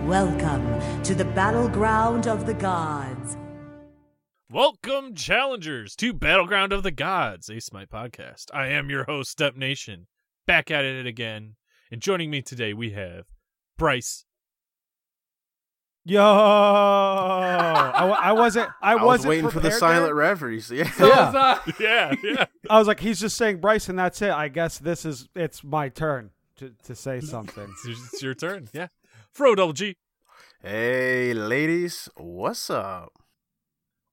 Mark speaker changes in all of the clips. Speaker 1: Welcome to the battleground of the gods.
Speaker 2: Welcome, challengers, to Battleground of the Gods, a Smite podcast. I am your host, Step Nation, back at it again. And joining me today, we have Bryce.
Speaker 3: Yo, I, wa- I wasn't. I,
Speaker 4: I was
Speaker 3: wasn't
Speaker 4: waiting for the
Speaker 3: prepared
Speaker 4: silent
Speaker 3: there.
Speaker 4: reveries. Yeah.
Speaker 5: So
Speaker 3: Yeah.
Speaker 5: was I.
Speaker 2: Yeah, yeah.
Speaker 3: I was like, he's just saying Bryson. That's it. I guess this is. It's my turn to, to say something.
Speaker 2: it's, it's your turn. Yeah. Fro Double G
Speaker 4: hey, ladies, what's up?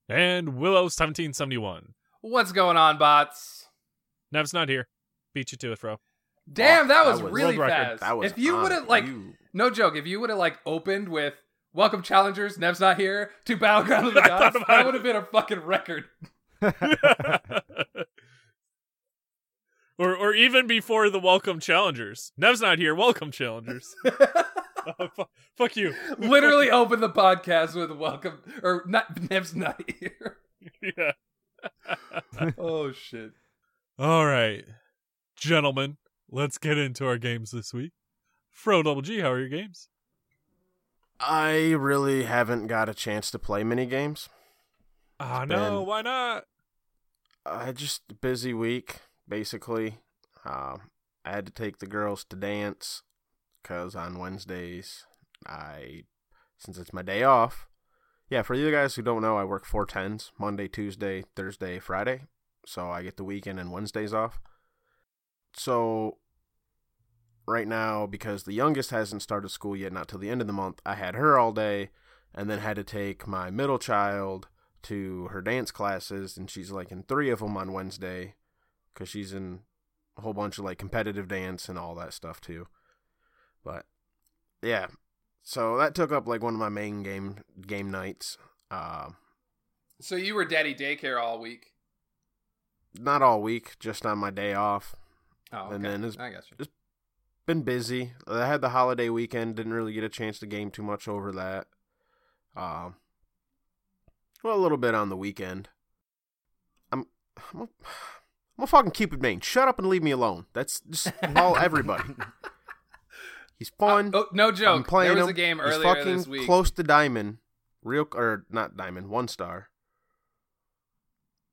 Speaker 2: and Willow1771.
Speaker 5: What's going on, bots?
Speaker 2: Nev's not here. Beat you to it, Fro.
Speaker 5: Damn, that
Speaker 4: That
Speaker 5: was,
Speaker 4: was-
Speaker 5: really
Speaker 2: World record.
Speaker 5: fast.
Speaker 4: That was
Speaker 5: if you
Speaker 4: on
Speaker 5: would have like,
Speaker 4: you.
Speaker 5: no joke, if you would have like opened with "Welcome, challengers, Nev's not here" to Battleground of the
Speaker 2: I thought
Speaker 5: Gods,
Speaker 2: about it.
Speaker 5: that would have been a fucking record.
Speaker 2: or, or even before the Welcome Challengers. Nev's not here. Welcome Challengers. Oh, fu- fuck you.
Speaker 5: Literally opened the podcast with "Welcome" or not, "Nev's not here."
Speaker 2: Yeah.
Speaker 5: oh shit!
Speaker 2: All right, gentlemen, let's get into our games this week. Fro Double G, how are your games?
Speaker 4: I really haven't got a chance to play mini games.
Speaker 2: Ah,
Speaker 4: no,
Speaker 2: why not?
Speaker 4: I uh, just busy week basically. Um, I had to take the girls to dance because on Wednesdays I, since it's my day off. Yeah, for you guys who don't know, I work four tens Monday, Tuesday, Thursday, Friday, so I get the weekend and Wednesdays off. So right now, because the youngest hasn't started school yet, not till the end of the month, I had her all day, and then had to take my middle child to her dance classes, and she's like in three of them on Wednesday because she's in a whole bunch of like competitive dance and all that stuff too. But yeah, so that took up like one of my main game game nights. Uh,
Speaker 5: So you were daddy daycare all week.
Speaker 4: not all week, just on my day off.
Speaker 5: Oh, okay.
Speaker 4: And then it's-
Speaker 5: I got you.
Speaker 4: Been busy. I had the holiday weekend. Didn't really get a chance to game too much over that. Um, well, a little bit on the weekend. I'm, I'm, a, I'm a fucking keep it main. Shut up and leave me alone. That's just all everybody. He's fun.
Speaker 5: Oh, no joke.
Speaker 4: I'm playing
Speaker 5: there was
Speaker 4: him.
Speaker 5: a game
Speaker 4: He's
Speaker 5: earlier
Speaker 4: fucking
Speaker 5: this week.
Speaker 4: close to diamond. Real or not diamond? One star.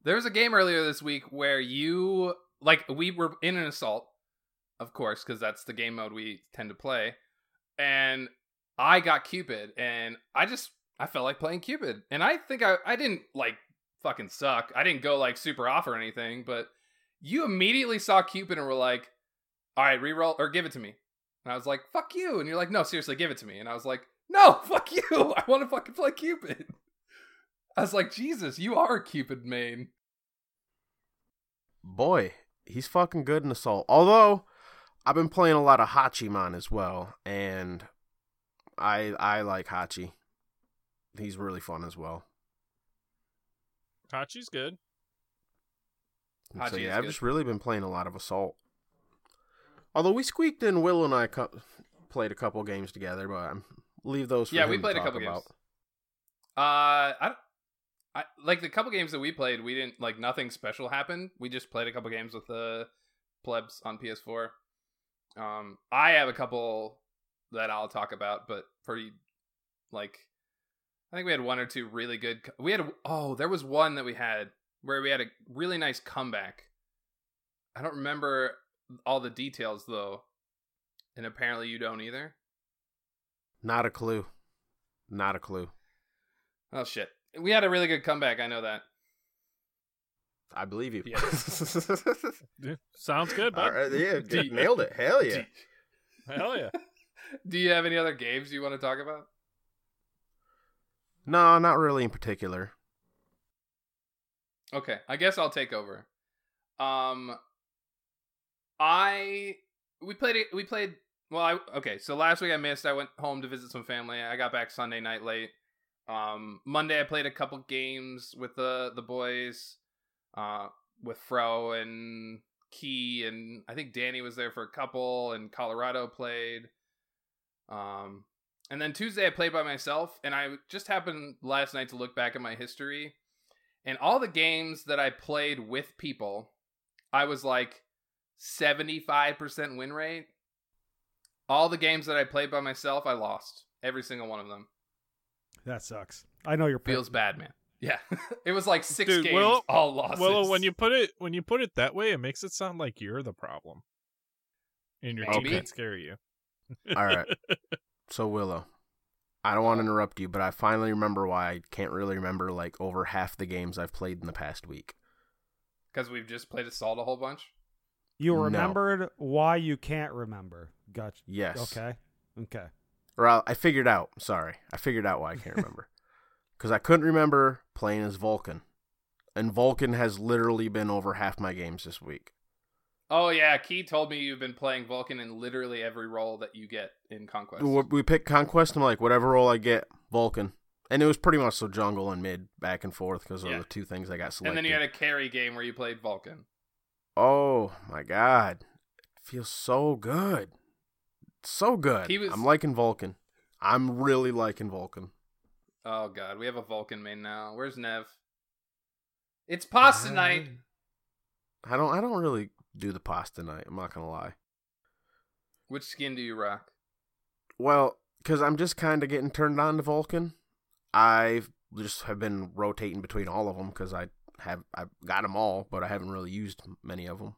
Speaker 5: There was a game earlier this week where you like we were in an assault, of course, because that's the game mode we tend to play. And I got Cupid, and I just I felt like playing Cupid, and I think I I didn't like fucking suck. I didn't go like super off or anything, but you immediately saw Cupid and were like, "All right, reroll or give it to me." And I was like, "Fuck you!" And you're like, "No, seriously, give it to me." And I was like, "No, fuck you! I want to fucking play Cupid." I was like, "Jesus, you are a Cupid main."
Speaker 4: boy, he's fucking good in Assault. Although I've been playing a lot of Hachiman as well, and I I like Hachi. He's really fun as well.
Speaker 2: Hachi's good.
Speaker 4: And so
Speaker 5: Hachi
Speaker 4: yeah,
Speaker 5: is
Speaker 4: I've
Speaker 5: good.
Speaker 4: just really been playing a lot of Assault. Although we squeaked in, Will and I co- played a couple games together, but I'm leave those. For
Speaker 5: Yeah,
Speaker 4: him
Speaker 5: we
Speaker 4: to
Speaker 5: played a
Speaker 4: talk
Speaker 5: couple
Speaker 4: about.
Speaker 5: games. Uh, I, don't- I like the couple games that we played. We didn't like nothing special happened. We just played a couple games with the plebs on PS4. Um, I have a couple that I'll talk about, but pretty like I think we had one or two really good. co- We had a- oh, there was one that we had where we had a really nice comeback. I don't remember all the details though, and apparently you don't either.
Speaker 4: Not a clue. Not a clue.
Speaker 5: Oh shit, we had a really good comeback. I know that.
Speaker 4: I believe you.
Speaker 5: Yeah.
Speaker 2: Yeah, sounds good, bud.
Speaker 4: All right, yeah,
Speaker 2: Deep.
Speaker 4: nailed it. Hell yeah.
Speaker 2: Hell yeah.
Speaker 5: Do you have any other games you want to talk about?
Speaker 4: No, not really in particular.
Speaker 5: Okay, I guess I'll take over. Um, I we played it. We played well. I okay. So last week I missed. I went home to visit some family. I got back Sunday night late. Um, Monday I played a couple games with the the boys, uh, with Fro and Key, and I think Danny was there for a couple. And Colorado played. Um, and then Tuesday I played by myself, and I just happened last night to look back at my history, and all the games that I played with people, I was like seventy five percent win rate. All the games that I played by myself, I lost. Every single one of them.
Speaker 3: That sucks. I know your
Speaker 5: Feels bad, man. Yeah. it was like six
Speaker 2: Dude,
Speaker 5: games,
Speaker 2: Willow-
Speaker 5: all losses.
Speaker 2: Willow, when you put it when you put it that way, it makes it sound like you're the problem. And your team
Speaker 5: Maybe.
Speaker 2: can't scare you.
Speaker 4: All right. So Willow, I don't want to interrupt you, but I finally remember why I can't really remember like over half the games I've played in the past week.
Speaker 5: Because we've just played Assault a whole bunch.
Speaker 3: You
Speaker 4: No.
Speaker 3: remembered why you can't remember. Gotcha.
Speaker 4: Yes.
Speaker 3: Okay. Okay.
Speaker 4: Or uh, I, I figured out. Sorry, I figured out why I can't remember. Because I couldn't remember playing as Vulcan, and Vulcan has literally been over half my games this week.
Speaker 5: Oh, yeah. Key told me you've been playing Vulcan in literally every role that you get in Conquest.
Speaker 4: We we picked Conquest. I'm like, whatever role I get, Vulcan, and it was pretty much so jungle and mid back and forth because
Speaker 5: Yeah.
Speaker 4: are the two things I got selected.
Speaker 5: and then you had a carry game where you played Vulcan.
Speaker 4: Oh my god. It feels so good. So good.
Speaker 5: He was-
Speaker 4: I'm liking Vulcan. I'm really liking Vulcan.
Speaker 5: Oh, God. We have a Vulcan main now. Where's Nev? It's
Speaker 2: Ah.
Speaker 5: pasta night.
Speaker 4: I don't I don't really do the pasta night, I'm not gonna lie.
Speaker 5: Which skin do you rock?
Speaker 4: Well, because I'm just kind of getting turned on to Vulcan. I've just have been rotating between all of them because I have I've got them all, but I haven't really used many of them.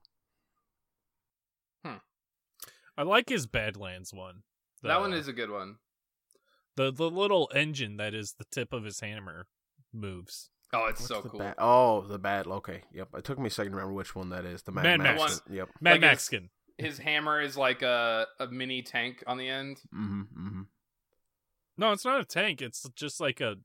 Speaker 2: I like his Badlands one. The-
Speaker 5: that one is a good one.
Speaker 2: the the little engine that is the tip of his hammer moves.
Speaker 5: Oh, it's
Speaker 4: What's
Speaker 5: so
Speaker 4: the
Speaker 5: cool.
Speaker 4: ba- oh, the bad. Okay, yep. It took me a second to remember which one that is. The Mad,
Speaker 2: Mad
Speaker 4: Max.
Speaker 5: Max.
Speaker 4: Yep.
Speaker 2: Mad
Speaker 5: Like his-
Speaker 2: Maxkin.
Speaker 5: His hammer is like a, a mini tank on the end.
Speaker 4: Mm-hmm. mm-hmm.
Speaker 2: No, it's not a tank. It's just like a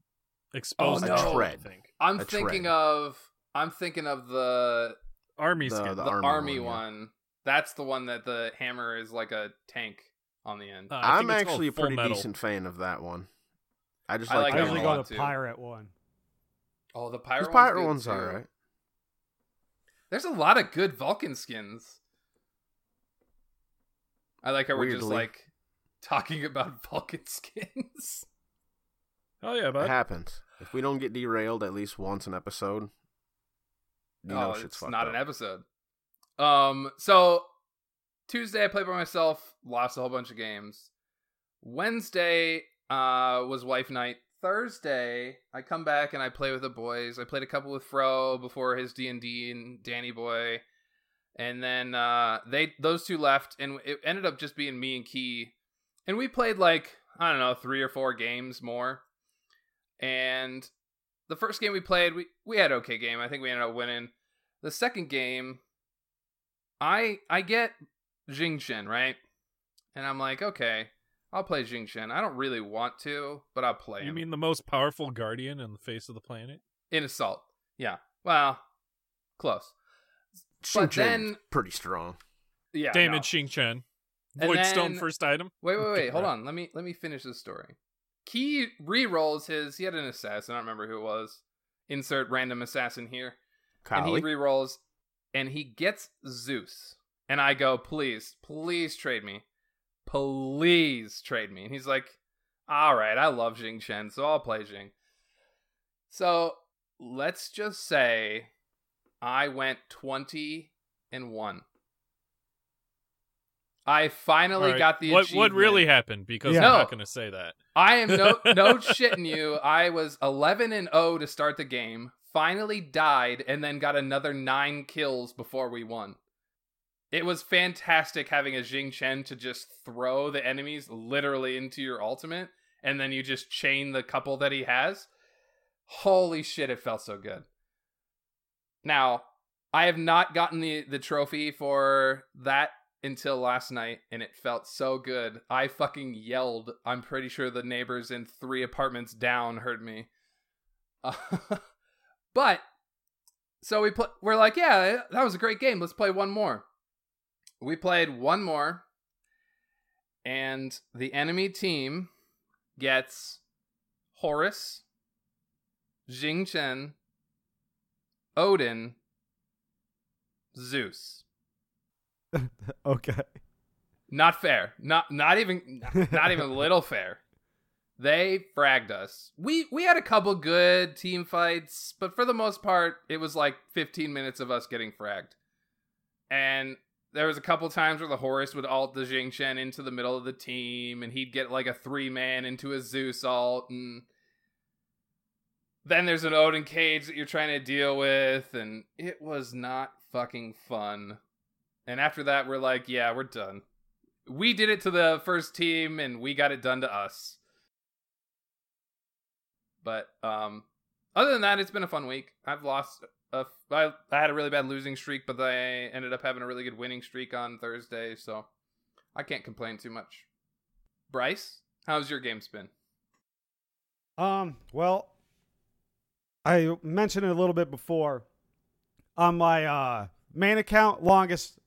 Speaker 2: exposed
Speaker 5: Oh, no.
Speaker 2: engine, I
Speaker 4: Tread.
Speaker 2: think.
Speaker 5: I'm
Speaker 4: A
Speaker 5: thinking
Speaker 4: trend.
Speaker 5: of I'm thinking of the
Speaker 2: Army
Speaker 4: The-
Speaker 2: skin. Uh,
Speaker 5: the,
Speaker 4: Oh, the
Speaker 5: army,
Speaker 4: army
Speaker 5: one.
Speaker 4: one,
Speaker 5: That's the one that the hammer is like a tank on the end.
Speaker 2: Uh, I
Speaker 4: I'm
Speaker 2: think it's called
Speaker 4: actually a
Speaker 2: Full
Speaker 4: pretty
Speaker 2: metal.
Speaker 4: decent fan of that one. I just
Speaker 5: I
Speaker 4: like,
Speaker 5: like
Speaker 3: I
Speaker 4: that
Speaker 5: that
Speaker 4: one
Speaker 3: usually
Speaker 4: a
Speaker 5: one.
Speaker 4: lot.
Speaker 3: go
Speaker 5: too.
Speaker 3: the pirate one.
Speaker 5: oh, the
Speaker 4: This
Speaker 5: pirate,
Speaker 4: pirate one's
Speaker 5: one's, good, too.
Speaker 4: all right.
Speaker 5: There's a lot of good Vulcan skins. I like how we're just
Speaker 4: Weirdly.
Speaker 5: like talking about Vulcan skins.
Speaker 2: Oh yeah,
Speaker 4: It
Speaker 2: but
Speaker 4: happens. If we don't get derailed at least once an episode, you know
Speaker 5: oh,
Speaker 4: shit's
Speaker 5: it's
Speaker 4: fucked
Speaker 5: not
Speaker 4: up.
Speaker 5: an episode. Um, so Tuesday I played by myself, lost a whole bunch of games. Wednesday uh was wife night. Thursday I come back and I play with the boys. I played a couple with Fro before his D and D and Danny Boy, and then uh they those two left, and it ended up just being me and Key, and we played like I don't know three or four games more, and the first game we played, we we had okay game. I think we ended up winning. The second game, I I get Jingchen right, and I'm like, okay, I'll play Jingchen. I don't really want to, but I'll play.
Speaker 2: you
Speaker 5: him
Speaker 2: mean the most powerful guardian on the face of the planet?
Speaker 5: in assault? Yeah. Well, close.
Speaker 4: Shin
Speaker 5: but
Speaker 4: Chin's
Speaker 5: then-
Speaker 4: pretty strong.
Speaker 5: Yeah.
Speaker 2: Damn
Speaker 5: no.
Speaker 2: it, Xing Chen.
Speaker 5: And
Speaker 2: Void Stone
Speaker 5: then-
Speaker 2: first item.
Speaker 5: Wait, wait, wait.
Speaker 2: Get
Speaker 5: Hold
Speaker 2: right.
Speaker 5: on. Let me let me finish this story. Key re-rolls his. He had an assassin. I don't remember who it was. Insert random assassin here. And he
Speaker 4: Kali,
Speaker 5: re-rolls, and he gets Zeus. And I go, please, please trade me, please trade me. And he's like, all right, I love Jing Chen, so I'll play Jing. So let's just say I went twenty and one. I finally
Speaker 2: Alright,
Speaker 5: got the
Speaker 2: what what really
Speaker 5: achievement.
Speaker 2: happened because
Speaker 3: Yeah.
Speaker 2: I'm
Speaker 5: No.
Speaker 2: not going to say that.
Speaker 5: I am no no shitting you. I was 11 and 0 to start the game. Finally died and then got another 9 kills before we won. It was fantastic having a Jing Chen to just throw the enemies literally into your ultimate and then you just chain the couple that he has. Holy shit, it felt so good. Now, I have not gotten the the trophy for that until last night and it felt so good. I fucking yelled. I'm pretty sure the neighbors in three apartments down heard me. but so we pl- we're like, yeah, that was a great game. Let's play one more. We played one more and the enemy team gets Horus, Jing Chen, Odin, Zeus.
Speaker 3: Okay.
Speaker 5: Not fair. Not not even not even a little fair. They fragged us. We we had a couple good team fights, but for the most part, it was like 15 minutes of us getting fragged. And there was a couple times where the Horus would alt the Jingchen into the middle of the team, and he'd get like a three man into a Zeus alt, and then there's an Odin cage that you're trying to deal with, and it was not fucking fun. And after that, we're like, yeah, we're done. We did it to the first team, and we got it done to us. But um, other than that, it's been a fun week. I've lost a, I, I had a really bad losing streak, but I ended up having a really good winning streak on Thursday, so I can't complain too much. Bryce, how's your games been?
Speaker 3: Um, well, I mentioned it a little bit before. On my uh, main account, longest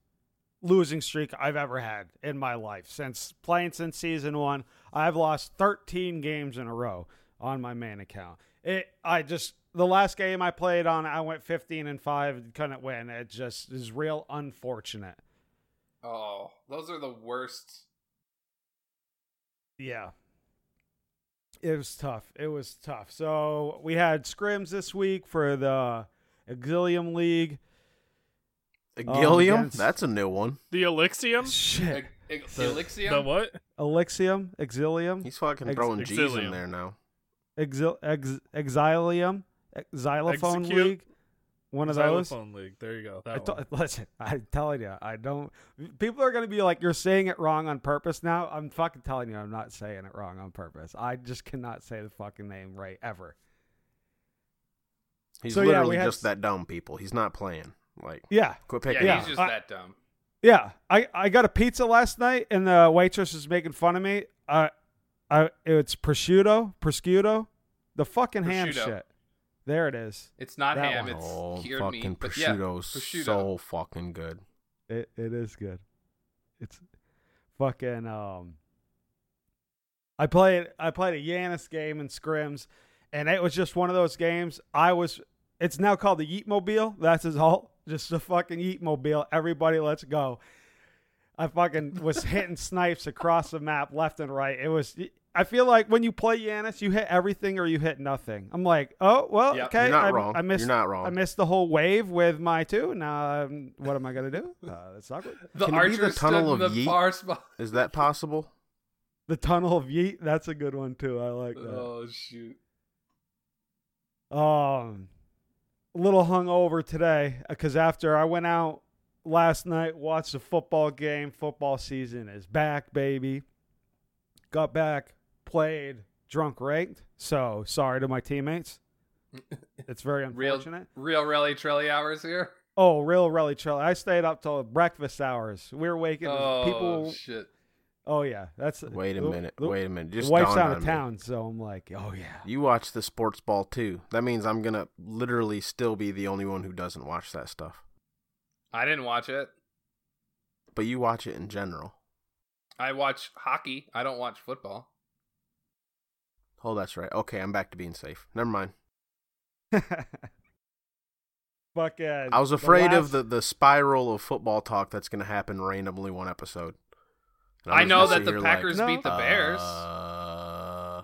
Speaker 3: losing streak I've ever had in my life since playing since season one. I've lost 13 games in a row on my main account. It, I just the last game I played on, I went 15 and five and couldn't win. It just is real unfortunate.
Speaker 5: Oh, those are the worst.
Speaker 3: Yeah. It was tough. It was tough. So we had scrims this week for the Exilium League.
Speaker 5: Oh,
Speaker 4: Gilliam?
Speaker 3: against-
Speaker 4: That's a new one.
Speaker 2: The Elixium?
Speaker 3: Shit.
Speaker 5: Eg- eg-
Speaker 2: The-
Speaker 5: Elixium?
Speaker 2: The what?
Speaker 3: Elixium, Exilium,
Speaker 4: He's fucking
Speaker 3: Ex-
Speaker 4: throwing G's in
Speaker 2: Exilium.
Speaker 4: there now.
Speaker 3: Exil, ex, Exilium, Ex- Xylophone
Speaker 2: Execute.
Speaker 3: League. One of those.
Speaker 2: Xylophone League. There you go. That
Speaker 3: I
Speaker 2: one.
Speaker 3: to- listen, I'm telling you, I don't. People are going to be like, you're saying it wrong on purpose now. I'm fucking telling you, I'm not saying it wrong on purpose. I just cannot say the fucking name right ever.
Speaker 4: He's
Speaker 3: So, yeah,
Speaker 4: literally
Speaker 3: we had-
Speaker 4: just that dumb, people. He's not playing. Like,
Speaker 3: Yeah.
Speaker 4: quit
Speaker 5: yeah,
Speaker 4: picking
Speaker 3: Yeah.
Speaker 4: on
Speaker 5: he's
Speaker 4: him.
Speaker 5: just
Speaker 3: I-
Speaker 5: that dumb.
Speaker 3: Yeah. I, I got a pizza last night and the waitress was making fun of me. Uh, I, it's prosciutto, prosciutto, the fucking ham
Speaker 5: Prosciutto.
Speaker 3: shit. There it is.
Speaker 5: It's not
Speaker 3: That
Speaker 5: him.
Speaker 3: one.
Speaker 5: It's
Speaker 4: Oh,
Speaker 5: cured
Speaker 4: fucking
Speaker 5: meat. But yeah,
Speaker 4: prosciutto's
Speaker 5: prosciutto.
Speaker 4: so fucking good.
Speaker 3: It, it is good. It's fucking um I played I played a Yanis game in scrims and it was just one of those games I was it's now called the Yeetmobile. That's his alt. Just the fucking Yeetmobile. Everybody let's go. I fucking was hitting snipes across the map left and right. It was I feel like when you play Yanis, you hit everything or you hit nothing. I'm like, oh well,
Speaker 5: Yep.
Speaker 3: okay.
Speaker 4: You're not
Speaker 3: I,
Speaker 4: wrong.
Speaker 3: I missed
Speaker 4: You're not wrong.
Speaker 3: I missed the whole wave with my two. Now, um, what am I gonna do? Uh, that's awkward.
Speaker 5: The
Speaker 4: Can it be
Speaker 5: archer
Speaker 4: the tunnel
Speaker 5: stood in
Speaker 4: of
Speaker 5: the
Speaker 4: yeet?
Speaker 5: far spot.
Speaker 4: Is that possible?
Speaker 3: The tunnel of yeet. That's a good one too. I like that.
Speaker 5: Oh shoot!
Speaker 3: Um, a little hungover today because after I went out last night, watched the football game. Football season is back, baby. Got back, played, drunk ranked. So sorry to my teammates. It's very
Speaker 5: Real,
Speaker 3: unfortunate.
Speaker 5: real, really, trilly hours here.
Speaker 3: Oh, real, really chill. I stayed up till breakfast hours. We were waking
Speaker 5: Oh
Speaker 3: people.
Speaker 5: shit!
Speaker 3: Oh yeah, that's.
Speaker 4: Wait a
Speaker 3: oop,
Speaker 4: minute.
Speaker 3: oop.
Speaker 4: Wait a minute.
Speaker 3: The
Speaker 4: Just
Speaker 3: wife's
Speaker 4: dawned
Speaker 3: out
Speaker 4: on
Speaker 3: of
Speaker 4: me.
Speaker 3: town, so I'm like, oh yeah.
Speaker 4: You watch the sports ball too. That means I'm gonna literally still be the only one who doesn't watch that stuff.
Speaker 5: I didn't watch it.
Speaker 4: But you watch it in general.
Speaker 5: I watch hockey. I don't watch football.
Speaker 4: Oh, that's right. Okay, I'm back to being safe. Never mind.
Speaker 3: Fuck yeah.
Speaker 4: I was afraid of the, the spiral of football talk that's going to happen randomly one episode. And
Speaker 5: I
Speaker 4: was
Speaker 5: know
Speaker 4: gonna
Speaker 5: that
Speaker 4: sit
Speaker 5: the
Speaker 4: here
Speaker 5: Packers
Speaker 3: No.
Speaker 5: beat the Bears.
Speaker 4: Uh,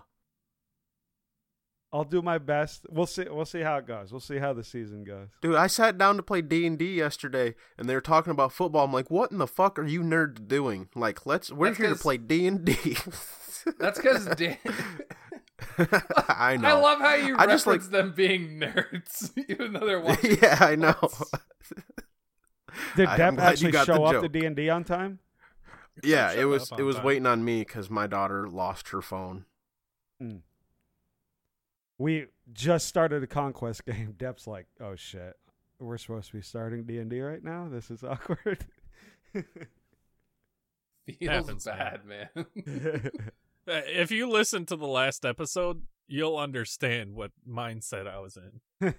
Speaker 3: I'll do my best. We'll see. We'll see how it goes. We'll see how the season goes.
Speaker 4: dude, I sat down to play D and D yesterday, and they were talking about football. I'm like, what in the fuck are you nerds doing? Like, let's we're
Speaker 5: That's
Speaker 4: here to
Speaker 5: 'cause-
Speaker 4: play D and D.
Speaker 5: That's because Dan.
Speaker 4: I know.
Speaker 5: I love how you
Speaker 4: I
Speaker 5: reference
Speaker 4: just, like-
Speaker 5: them being nerds, even though they're watching.
Speaker 4: yeah, I know.
Speaker 3: Did
Speaker 4: I'm
Speaker 3: Depp
Speaker 4: glad you
Speaker 3: actually
Speaker 4: got the
Speaker 3: show up to
Speaker 4: joke.
Speaker 3: D and D on time?
Speaker 4: yeah,
Speaker 2: Shut
Speaker 4: it was
Speaker 2: up
Speaker 4: it
Speaker 2: on
Speaker 4: was
Speaker 2: time.
Speaker 4: waiting on me because my daughter lost her phone.
Speaker 3: Hmm. We just started a conquest game. Depp's like, oh shit, we're supposed to be starting D and D right now. This is awkward.
Speaker 5: Feels
Speaker 2: Happens,
Speaker 5: bad, man.
Speaker 2: Uh, If you listen to the last episode, you'll understand what mindset I was in.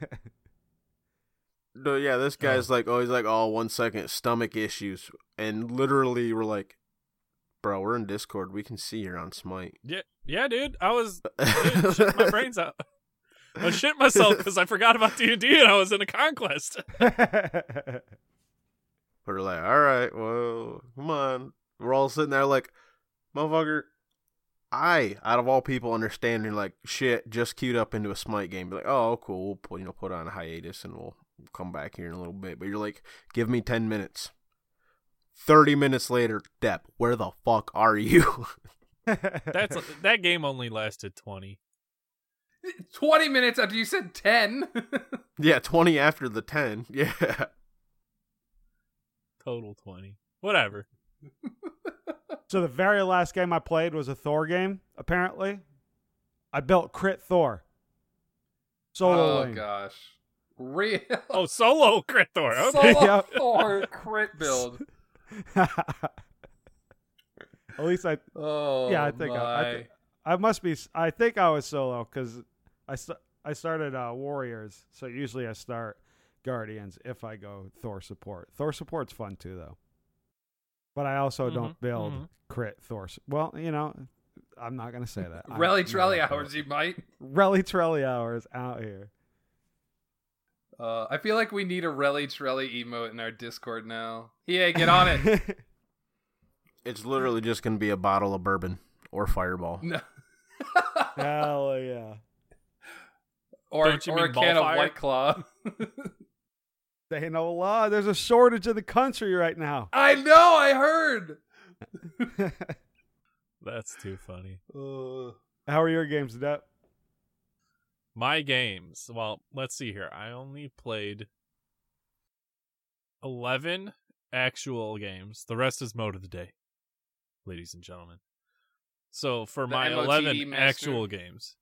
Speaker 4: No, yeah, this guy's like, oh, he's like, oh, one second, stomach issues, and literally, we're like, bro, we're in Discord, we can see you're on Smite.
Speaker 2: Yeah, yeah, dude. I was dude, shit my brains out. I shit myself because I forgot about D and D and I was in a conquest.
Speaker 4: We're like, all right, well, come on, we're all sitting there like, motherfucker, I, out of all people, understand you're like, shit, just queued up into a Smite game, be like, oh, cool, we'll put, you know, put on a hiatus and we'll come back here in a little bit, but you're like, give me ten minutes. Thirty minutes later, Depp, where the fuck are you?
Speaker 2: That's that game only lasted twenty.
Speaker 5: 20 minutes after you said 10.
Speaker 4: yeah, twenty after the ten. Yeah.
Speaker 2: Total twenty. Whatever.
Speaker 3: So the very last game I played was a Thor game. Apparently, I built Crit Thor. Solo
Speaker 5: oh,
Speaker 3: lane.
Speaker 5: gosh. Real.
Speaker 2: Oh, solo Krithor. Okay.
Speaker 5: Solo
Speaker 3: Yep.
Speaker 5: Thor crit build.
Speaker 3: At least I,
Speaker 5: Oh,
Speaker 3: yeah, I think I, I,
Speaker 5: my.
Speaker 3: thi- I must be. s- I think I was solo because I st- I started uh, Warriors, so usually I start Guardians if I go Thor support. Thor support's fun too, though. But I also
Speaker 5: Mm-hmm,
Speaker 3: don't
Speaker 2: Mhm,
Speaker 3: build
Speaker 2: mhm.
Speaker 3: crit Thor. s- Well, you know, I'm not gonna say that. I-
Speaker 5: Rally
Speaker 3: you know,
Speaker 5: trolley
Speaker 3: I-
Speaker 5: hours, you might.
Speaker 3: Rally trolley hours out here.
Speaker 5: Uh, I feel like we need a Relly Trelly emote in our Discord now. EA, get on it.
Speaker 4: It's literally just gonna be a bottle of bourbon or fireball.
Speaker 5: No.
Speaker 3: Hell yeah!
Speaker 5: or
Speaker 2: Don't you
Speaker 5: or a
Speaker 2: mean
Speaker 5: can
Speaker 2: bonfire?
Speaker 5: of White Claw.
Speaker 3: They know law. There's a shortage in the country right now.
Speaker 5: I know, I heard.
Speaker 2: That's too funny.
Speaker 3: How are your games, Depp?
Speaker 2: My games. Well, let's see here. I only played 11 actual games. The rest is mode of the day, ladies and gentlemen. So, for
Speaker 5: The
Speaker 2: my
Speaker 5: MOTE
Speaker 2: 11
Speaker 5: master.
Speaker 2: actual games,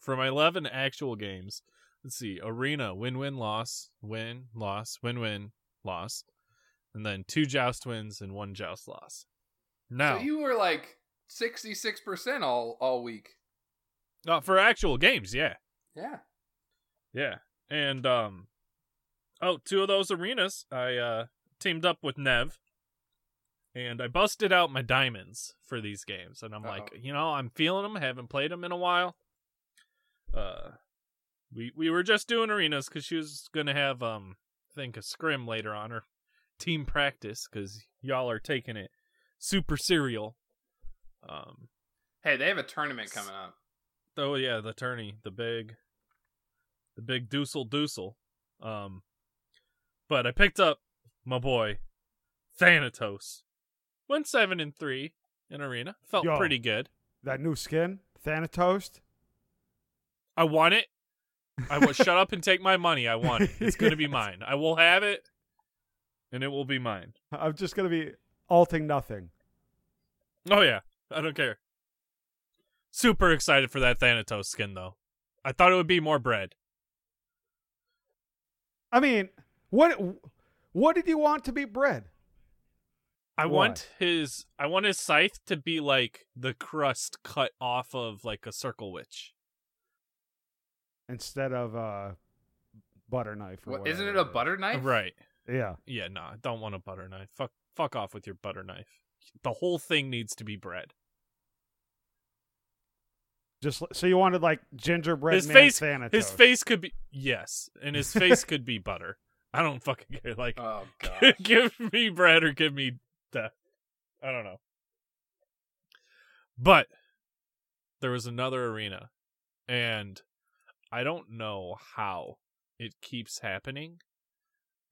Speaker 2: for my 11 actual games, let's see Arena, win win loss, win, loss, win win, loss, and then two joust wins and one joust loss. Now,
Speaker 5: So you were like 66% all, all week.
Speaker 2: uh, for actual games, yeah.
Speaker 5: Yeah.
Speaker 2: Yeah. And um oh, two of those arenas I uh teamed up with Nev and I busted out my diamonds for these games and I'm like,
Speaker 5: Uh-oh.
Speaker 2: you know, I'm feeling them, haven't played them in a while. Uh we we were just doing arenas cuz she was going to have um I think a scrim later on or team practice cuz y'all are taking it super serial. Um
Speaker 5: Hey, they have a tournament coming up.
Speaker 2: Oh yeah, the tourney, the big, the big Doosel Doosel. Um, but I picked up my boy Thanatos. Went seven and three in arena. Felt
Speaker 3: Yo.
Speaker 2: pretty good.
Speaker 3: That new skin, Thanatos.
Speaker 2: I want it. I will shut up and take my money. I want it. It's gonna be mine. I will have it, and it will be mine.
Speaker 3: I'm just gonna be alting nothing.
Speaker 2: Oh yeah, I don't care. Super excited for that Thanatos skin though. I thought it would be more bread.
Speaker 3: I mean, what what did you want to be bread?
Speaker 2: I
Speaker 3: Why?
Speaker 2: want his I want his scythe to be like the crust cut off of like a circle witch.
Speaker 3: Instead of uh butter knife or
Speaker 5: What, isn't it
Speaker 3: whatever
Speaker 5: a butter knife?
Speaker 2: Right.
Speaker 3: Yeah.
Speaker 2: Yeah, no, I don't want a butter knife. Fuck fuck off with your butter knife. The whole thing needs to be bread.
Speaker 3: Just l- so you wanted like gingerbread
Speaker 2: his
Speaker 3: man
Speaker 2: face
Speaker 3: Thanatos.
Speaker 2: his face could be yes, and his face could be butter. I don't fucking care. Like
Speaker 5: Oh, God.
Speaker 2: give me bread or give me death. I don't know. But there was another arena, and I don't know how it keeps happening,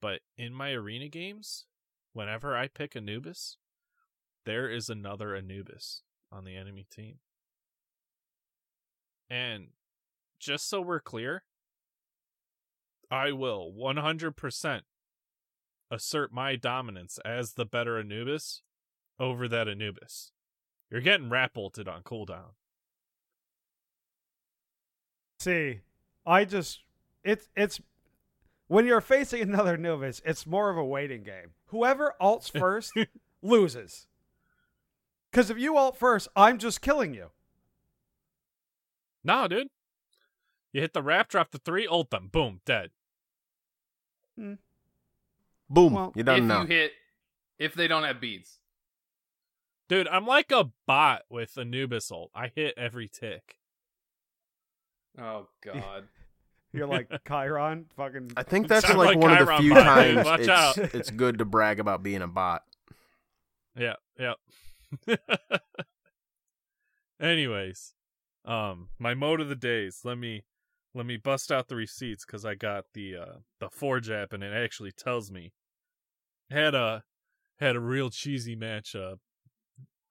Speaker 2: but in my arena games, whenever I pick Anubis, there is another Anubis on the enemy team. And just so we're clear, I will 100% assert my dominance as the better Anubis over that Anubis. You're getting rat bolted on cooldown.
Speaker 3: See, I just it's it's when you're facing another Novus, it's more of a waiting game. Whoever alts first loses. Because if you alt first, I'm just killing you.
Speaker 2: Nah, dude. You hit the wrap, drop the three, ult them, boom, dead.
Speaker 3: Hmm.
Speaker 4: Boom,
Speaker 3: Well,
Speaker 4: you
Speaker 5: If
Speaker 4: done now.
Speaker 5: you hit, if they don't have beads.
Speaker 2: Dude, I'm like a bot with Anubis ult. I hit every tick.
Speaker 5: Oh, God.
Speaker 3: You're like Chiron, fucking
Speaker 4: I think that's
Speaker 2: Sound
Speaker 4: like,
Speaker 2: like
Speaker 4: one of the
Speaker 2: Chiron
Speaker 4: few
Speaker 2: bot, dude.
Speaker 4: times
Speaker 2: Watch
Speaker 4: it's,
Speaker 2: out.
Speaker 4: it's good to brag about being a bot.
Speaker 2: Yeah, yeah. Anyways, um, my mode of the days. Let me let me bust out the receipts because I got the uh the forge app and it actually tells me had a had a real cheesy matchup.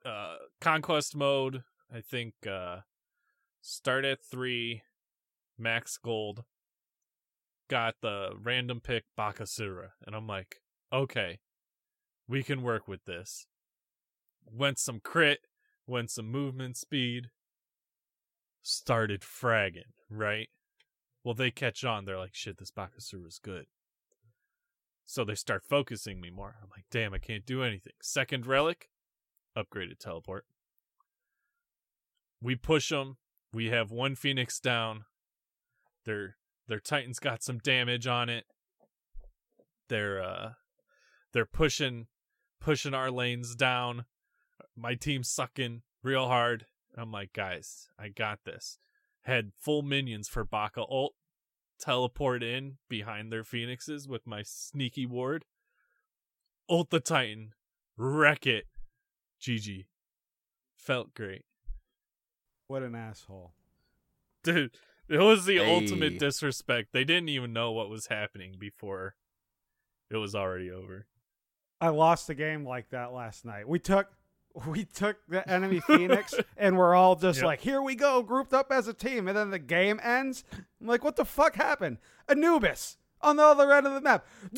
Speaker 2: Uh, conquest mode, I think. Uh, start at three, max gold. Got the random pick Bakasura, and I'm like, okay, we can work with this. Went some crit, went some movement speed. Started fragging, right? Well, they catch on. They're like, shit, this Bakasura's good. So they start focusing me more. I'm like, damn, I can't do anything. Second relic, upgraded teleport. We push them. We have one phoenix down. Their their titan's got some damage on it. They're uh they're pushing pushing our lanes down. My team's sucking real hard. I'm like, guys, I got this. Had full minions for Baka ult teleport in behind their phoenixes with my sneaky ward. Ult the Titan, wreck it. GG. Felt great.
Speaker 3: What an asshole.
Speaker 2: Dude, it was the
Speaker 4: Hey.
Speaker 2: ultimate disrespect. They didn't even know what was happening before it was already over.
Speaker 3: I lost the game like that last night. We took we took the enemy Phoenix and we're all just
Speaker 2: Yep.
Speaker 3: like, here we go, grouped up as a team, and then the game ends. I'm like, what the fuck happened? Anubis on the other end of the map.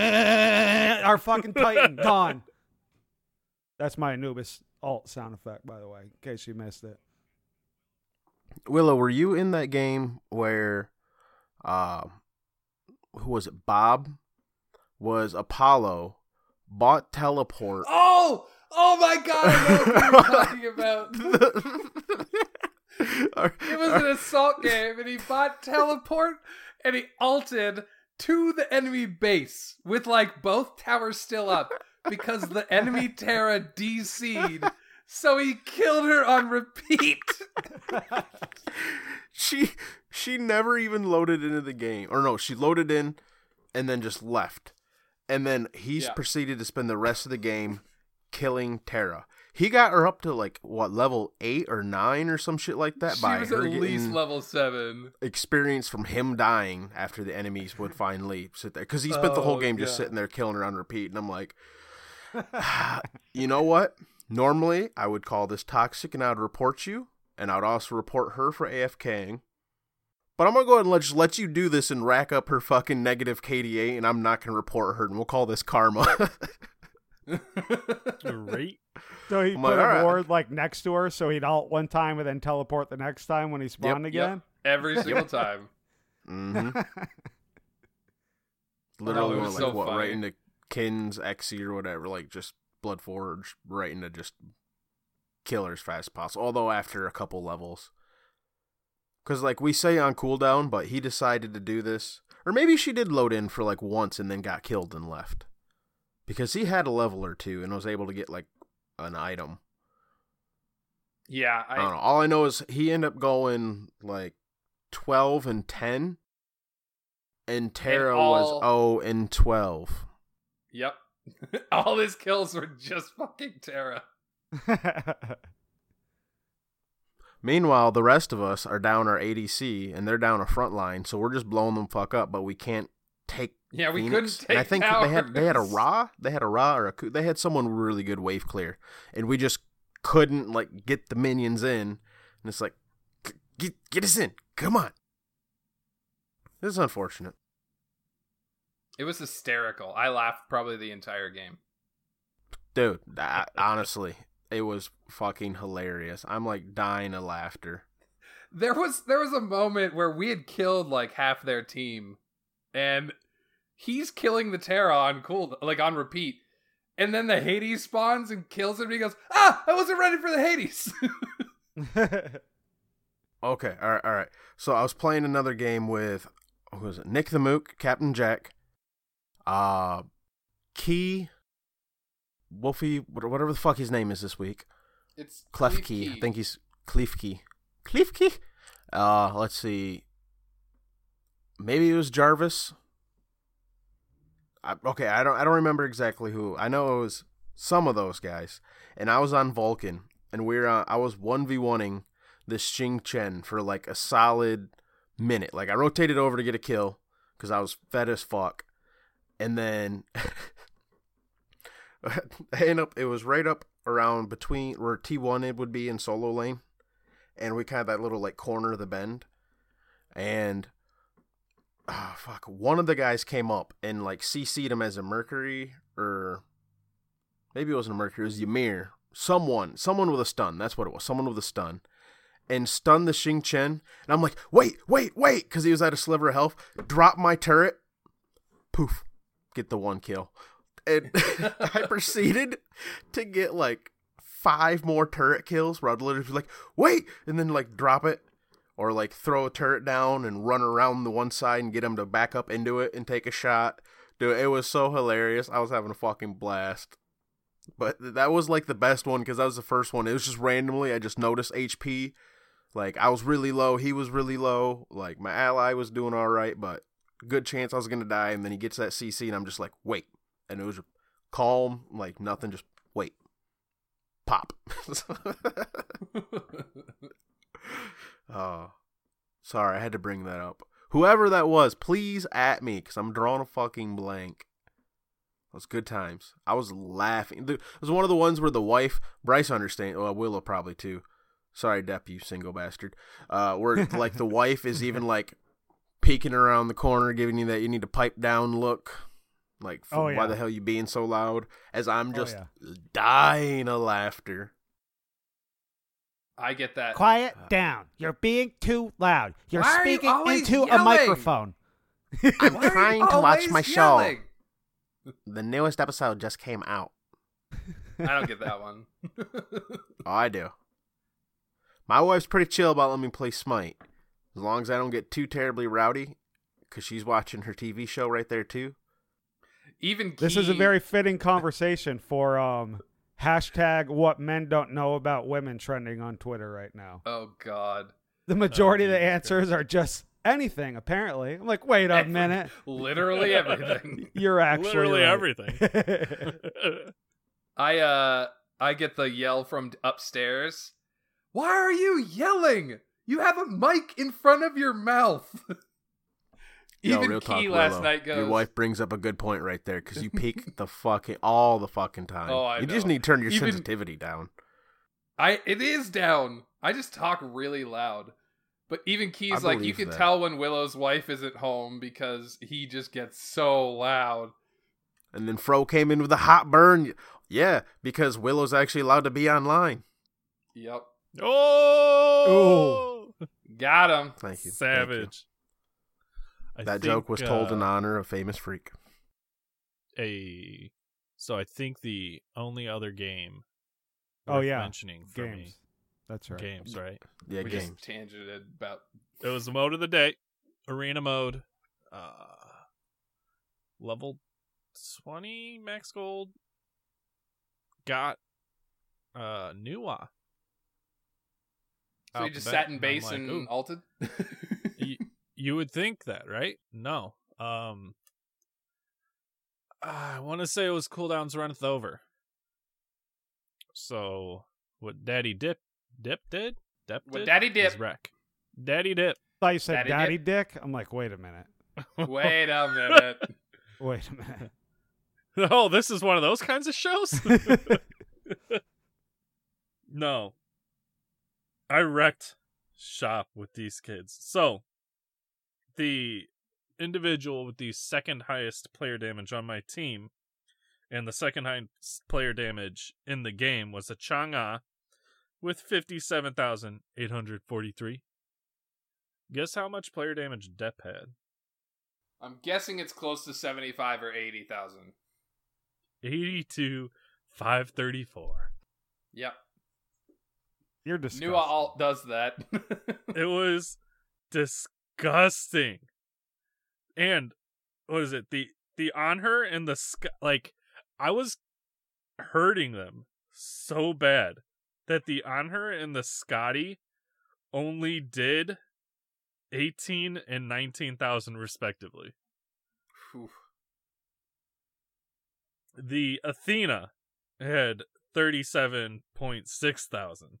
Speaker 3: Our fucking Titan gone. That's my Anubis alt sound effect, by the way, in case you missed it.
Speaker 4: Willow, were you in that game where, uh, who was it? Bob was Apollo, bought teleport.
Speaker 5: Oh, oh my god! I know what you're talking about. It was an assault game, and he bought teleport, and he alted to the enemy base with like both towers still up because the enemy Terra DC'd. So he killed her on repeat.
Speaker 4: she she never even loaded into the game or no she loaded in and then just left and then he's
Speaker 5: Yeah.
Speaker 4: proceeded to spend the rest of the game killing terra he got her up to like what level eight or nine or some shit like that
Speaker 5: she
Speaker 4: by
Speaker 5: was
Speaker 4: her
Speaker 5: at least
Speaker 4: getting
Speaker 5: level seven.
Speaker 4: experience from him dying after the enemies would finally sit there because he spent the whole
Speaker 5: Oh,
Speaker 4: game just
Speaker 5: yeah.
Speaker 4: sitting there killing her on repeat and i'm like you know what normally i would call this toxic and i would report you and i would also report her for afking but i'm gonna go ahead and let, just let you do this and rack up her fucking negative kda and i'm not gonna report her and we'll call this karma
Speaker 2: Great.
Speaker 3: So he
Speaker 4: I'm
Speaker 3: put
Speaker 4: like,
Speaker 3: a
Speaker 4: "All right."
Speaker 3: ward like next to her so he'd alt one time and then teleport the next time when he spawned again.
Speaker 5: Every single time.
Speaker 4: hmm literally
Speaker 5: Oh, it
Speaker 4: went,
Speaker 5: was
Speaker 4: like
Speaker 5: so
Speaker 4: what right
Speaker 5: funny.
Speaker 4: into Kin's Xe or whatever, like just Blood Forge right into just killer as fast as possible. Although after a couple levels, because like we say on cooldown, but he decided to do this, or maybe she did load in for like once and then got killed and left, because he had a level or two and was able to get like an item.
Speaker 5: Yeah, I,
Speaker 4: I don't know. All I know is he ended up going like twelve and ten, and Tara was
Speaker 5: all-
Speaker 4: zero and twelve.
Speaker 5: Yep. All his kills were just fucking Terra.
Speaker 4: Mm-hmm. Meanwhile, the rest of us are down our ADC and they're down a front line, so we're just blowing them fuck up. But we can't take.
Speaker 5: Yeah, we
Speaker 4: Phoenix.
Speaker 5: couldn't
Speaker 4: And I
Speaker 5: take
Speaker 4: think they had they had a
Speaker 5: towers.
Speaker 4: Ra, they had a Ra or a Ku- they had someone really good wave clear, and we just couldn't like get the minions in. And it's like, "G- get get us in, come on. This is unfortunate.
Speaker 5: It was hysterical. I laughed probably the entire game.
Speaker 4: dude I, honestly it was fucking hilarious i'm like dying of laughter
Speaker 5: There was there was a moment where we had killed like half their team, and he's killing the Terra on cool like on repeat, and then the Hades spawns and kills him. And he goes, "Ah, I wasn't ready for the Hades."
Speaker 4: okay all right all right so i was playing another game with who was it nick the mook captain jack uh key wolfie what- whatever the fuck his name is this week
Speaker 5: it's
Speaker 4: Klefki. I think he's Klefki. Klefki? Uh, let's see. Maybe it was Jarvis. I, okay, I don't I don't remember exactly who. I know it was some of those guys. And I was on Vulcan and we are on, I was 1v1ing this Xing Chen for like a solid minute. Like I rotated over to get a kill cuz I was fed as fuck. And then and up it was right up around between where T1 it would be in solo lane and we kind of that little like corner of the bend and ah fuck one of the guys came up and like CC'd him as a mercury or maybe it wasn't a mercury it was Ymir someone someone with a stun that's what it was someone with a stun and stunned the Xing Chen and I'm like wait wait wait cuz he was at a sliver of health drop my turret poof get the one kill and I proceeded to get like five more turret kills where I'd literally be like, wait, and then like drop it or like throw a turret down and run around the one side and get him to back up into it and take a shot. Dude, it was so hilarious. I was having a fucking blast. But th- that was like the best one because that was the first one. It was just randomly. I just noticed HP. Like I was really low. He was really low. Like my ally was doing all right, but good chance I was gonna die. And then he gets that CC, and I'm just like, wait. And it was calm, like nothing. Just wait, pop. Oh, sorry, I had to bring that up. Whoever that was, please at me because I'm drawing a fucking blank. Those good times. I was laughing. The- It was one of the ones where the wife, Bryce understands, well, Willow probably too. Sorry, Depp, you single bastard. Uh, where like the wife is even like peeking around the corner, giving you that you need to pipe down look. Like,
Speaker 3: Oh,
Speaker 4: why
Speaker 3: yeah.
Speaker 4: the hell you being so loud? As I'm
Speaker 3: Oh,
Speaker 4: just
Speaker 3: yeah.
Speaker 4: dying of laughter.
Speaker 5: I get that.
Speaker 6: Quiet down. You're being too loud. You're
Speaker 5: Uh, Why are you
Speaker 6: speaking
Speaker 5: always
Speaker 6: into a
Speaker 5: yelling?
Speaker 6: microphone.
Speaker 4: I'm
Speaker 5: Why are you
Speaker 4: trying to watch
Speaker 5: always
Speaker 4: my show.
Speaker 5: yelling?
Speaker 4: The newest episode just came out.
Speaker 5: I don't get that one.
Speaker 4: Oh, I do. My wife's pretty chill about letting me play Smite. As long as I don't get too terribly rowdy, because she's watching her TV show right there, too.
Speaker 5: Even
Speaker 3: This is a
Speaker 5: Key-
Speaker 3: very fitting conversation for um hashtag what men don't know about women trending on Twitter right now.
Speaker 5: Oh God.
Speaker 3: The majority
Speaker 5: Oh,
Speaker 3: of the
Speaker 2: Jesus
Speaker 3: answers are just anything, apparently. I'm like, wait a
Speaker 5: Every-
Speaker 3: minute.
Speaker 5: Literally everything.
Speaker 3: You're actually
Speaker 2: Literally
Speaker 3: right.
Speaker 2: everything.
Speaker 5: I uh I get the yell from upstairs. Why are you yelling? You have a mic in front of your mouth.
Speaker 4: Yo,
Speaker 5: Even
Speaker 4: real talk,
Speaker 5: Key last
Speaker 4: Willow,
Speaker 5: night goes.
Speaker 4: Your wife brings up a good point right there, because you peak the fucking all the fucking time.
Speaker 5: Oh, I
Speaker 4: you just
Speaker 5: know.
Speaker 4: need to turn your
Speaker 5: Even-
Speaker 4: sensitivity down.
Speaker 5: I it is down. I just talk really loud. But even Key's
Speaker 4: I
Speaker 5: like, you
Speaker 4: believe
Speaker 5: can
Speaker 4: that.
Speaker 5: tell when Willow's wife isn't home because he just gets so loud.
Speaker 4: And then Fro came in with a hot burn. Yeah, because Willow's actually allowed to be online.
Speaker 5: Yep.
Speaker 2: oh,
Speaker 5: Got him.
Speaker 4: Thank you. Thank you.
Speaker 2: savage. I
Speaker 4: That
Speaker 2: think,
Speaker 4: joke was told in
Speaker 2: uh,
Speaker 4: honor of famous freak.
Speaker 2: a. So I think the only other game.
Speaker 3: Oh,
Speaker 2: worth
Speaker 3: yeah.
Speaker 2: mentioning for me
Speaker 3: Games. That's right.
Speaker 2: games right.
Speaker 4: Yeah,
Speaker 5: we
Speaker 4: game.
Speaker 5: just tangented about
Speaker 2: It was the mode of the day, arena mode, uh, level twenty max gold. Got uh Nuwa.
Speaker 5: So
Speaker 2: Out
Speaker 5: he
Speaker 2: the
Speaker 5: just
Speaker 2: bat,
Speaker 5: sat
Speaker 2: and
Speaker 5: in
Speaker 2: I'm
Speaker 5: base
Speaker 2: like,
Speaker 5: and
Speaker 2: "Ooh."
Speaker 5: alted?
Speaker 2: you, you would think that, right? No. Um I want to say it was cooldown's runneth over. So what Daddy Dip Dip did? Dip
Speaker 5: What
Speaker 2: did
Speaker 5: Daddy Dip-
Speaker 2: is wreck. Daddy Dip.
Speaker 3: I thought you said
Speaker 5: Daddy
Speaker 3: daddy dick. I'm like, wait a minute.
Speaker 5: Wait a minute.
Speaker 3: Wait a minute.
Speaker 2: oh, this is one of those kinds of shows? no. I wrecked shop with these kids. So, the individual with the second highest player damage on my team and the second highest player damage in the game was a Chang'a with 57,843. Guess how much player damage Dep had?
Speaker 5: I'm guessing it's close to 75 or 80,000.
Speaker 2: 82, 534.
Speaker 5: Yep.
Speaker 3: You're
Speaker 5: New
Speaker 3: disgusting.
Speaker 5: alt does that.
Speaker 2: It was disgusting. And what is it? The the on her and the sky, like I was hurting them so bad that the on her and the Scotty only did 18 and 19,000 respectively.
Speaker 5: Oof.
Speaker 2: The Athena had 37.6 thousand.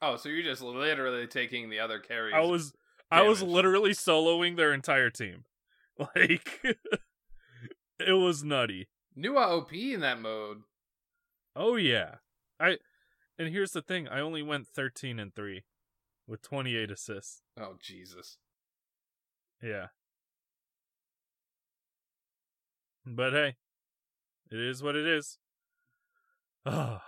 Speaker 5: oh, so you're just literally taking the other carries.
Speaker 2: I was I was
Speaker 5: damage.
Speaker 2: literally soloing their entire team. Like it was nutty.
Speaker 5: Nua OP in that mode.
Speaker 2: Oh yeah. I and here's the thing, I only went 13 and 3 with 28 assists.
Speaker 5: Oh Jesus.
Speaker 2: Yeah. But hey, it is what it is. Ah.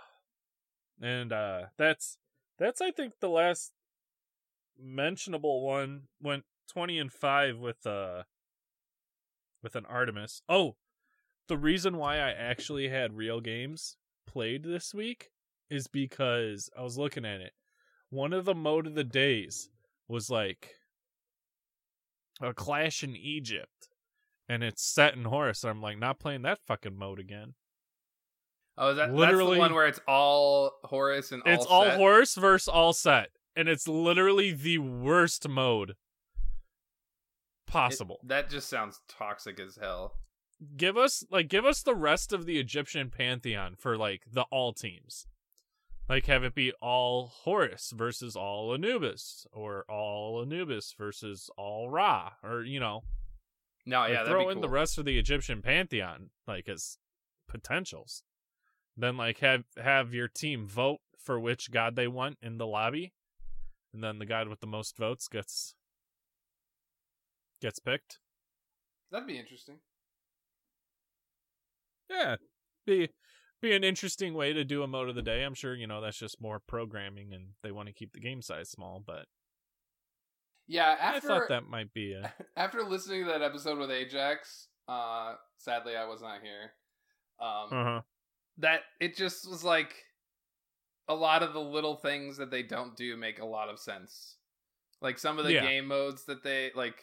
Speaker 2: and uh that's that's I think the last mentionable one went 20 and 5 with uh with an Artemis. Oh, the reason why I actually had real games played this week is because I was looking at it. One of the mode of the days was like a clash in Egypt, and it's set in Horus. And I'm like, not playing that fucking mode again.
Speaker 5: Oh, is that that's
Speaker 2: Literally-
Speaker 5: the one where it's all Horus and all
Speaker 2: it's all
Speaker 5: set?
Speaker 2: Horus versus all set, and it's literally the worst mode
Speaker 5: It-
Speaker 2: possible.
Speaker 5: that just sounds toxic as hell.
Speaker 2: give us like give us the rest of the Egyptian pantheon for like the all teams. Like have it be all Horus versus all Anubis or all Anubis versus all Ra or you know
Speaker 5: No,
Speaker 2: like,
Speaker 5: Oh, yeah, that'd
Speaker 2: throw
Speaker 5: be
Speaker 2: in
Speaker 5: cool.
Speaker 2: the rest of the Egyptian pantheon like as potentials. Then like have have your team vote for which god they want in the lobby, and then the god with the most votes gets gets picked.
Speaker 5: That'd be interesting.
Speaker 2: Yeah, be be an interesting way to do a mode of the day. I'm sure you know that's just more programming, and they want to keep the game size small. But
Speaker 5: Yeah,
Speaker 2: I
Speaker 5: after
Speaker 2: thought that might be a
Speaker 5: after listening to that episode with Ajax, uh, sadly I was not here. Um,
Speaker 2: uh-huh.
Speaker 5: that it just was like a lot of the little things that they don't do make a lot of sense. Like some of the
Speaker 2: Yeah.
Speaker 5: game modes that they like.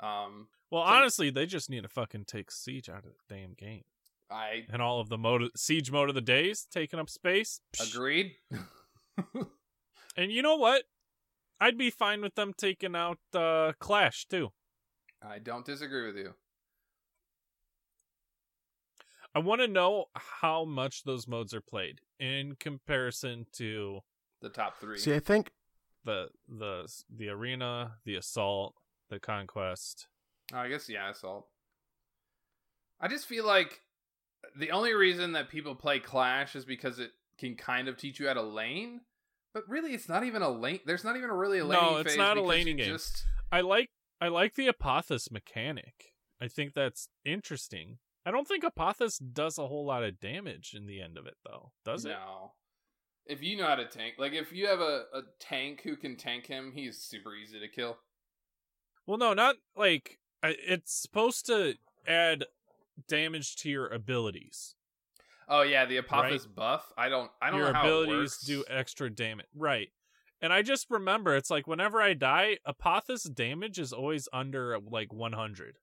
Speaker 5: Um,
Speaker 2: Well,
Speaker 5: Some-
Speaker 2: honestly, they just need to fucking take siege out of the damn game.
Speaker 5: I
Speaker 2: and all of the mode siege mode of the days taking up space. Psh.
Speaker 5: agreed.
Speaker 2: And you know what? I'd be fine with them taking out uh, Clash too.
Speaker 5: I don't disagree with you.
Speaker 2: I want to know how much those modes are played in comparison to
Speaker 5: The top three.
Speaker 4: See, I think
Speaker 2: the the the arena, the assault, the conquest.
Speaker 5: Oh, I guess yeah, assault. I just feel like the only reason that people play Clash is because it can kind of teach you how to lane, but really it's not even a lane. There's not even really a
Speaker 2: No,
Speaker 5: laning
Speaker 2: it's
Speaker 5: phase
Speaker 2: not a
Speaker 5: because
Speaker 2: laning
Speaker 5: you
Speaker 2: game.
Speaker 5: Just
Speaker 2: I like I like the Apothos mechanic. I think that's interesting. I don't think Apothos does a whole lot of damage in the end of it though, does it?
Speaker 5: no. If you know how to tank, like if you have a, a tank who can tank him, he's super easy to kill.
Speaker 2: Well, no, not like I- it's supposed to add damage to your abilities.
Speaker 5: Oh yeah, the Apophis buff. I don't. I don't
Speaker 2: your
Speaker 5: know how
Speaker 2: abilities
Speaker 5: it works.
Speaker 2: do e-, extra damage, right? And I just remember it's like whenever I die, Apothos damage is always under like 100.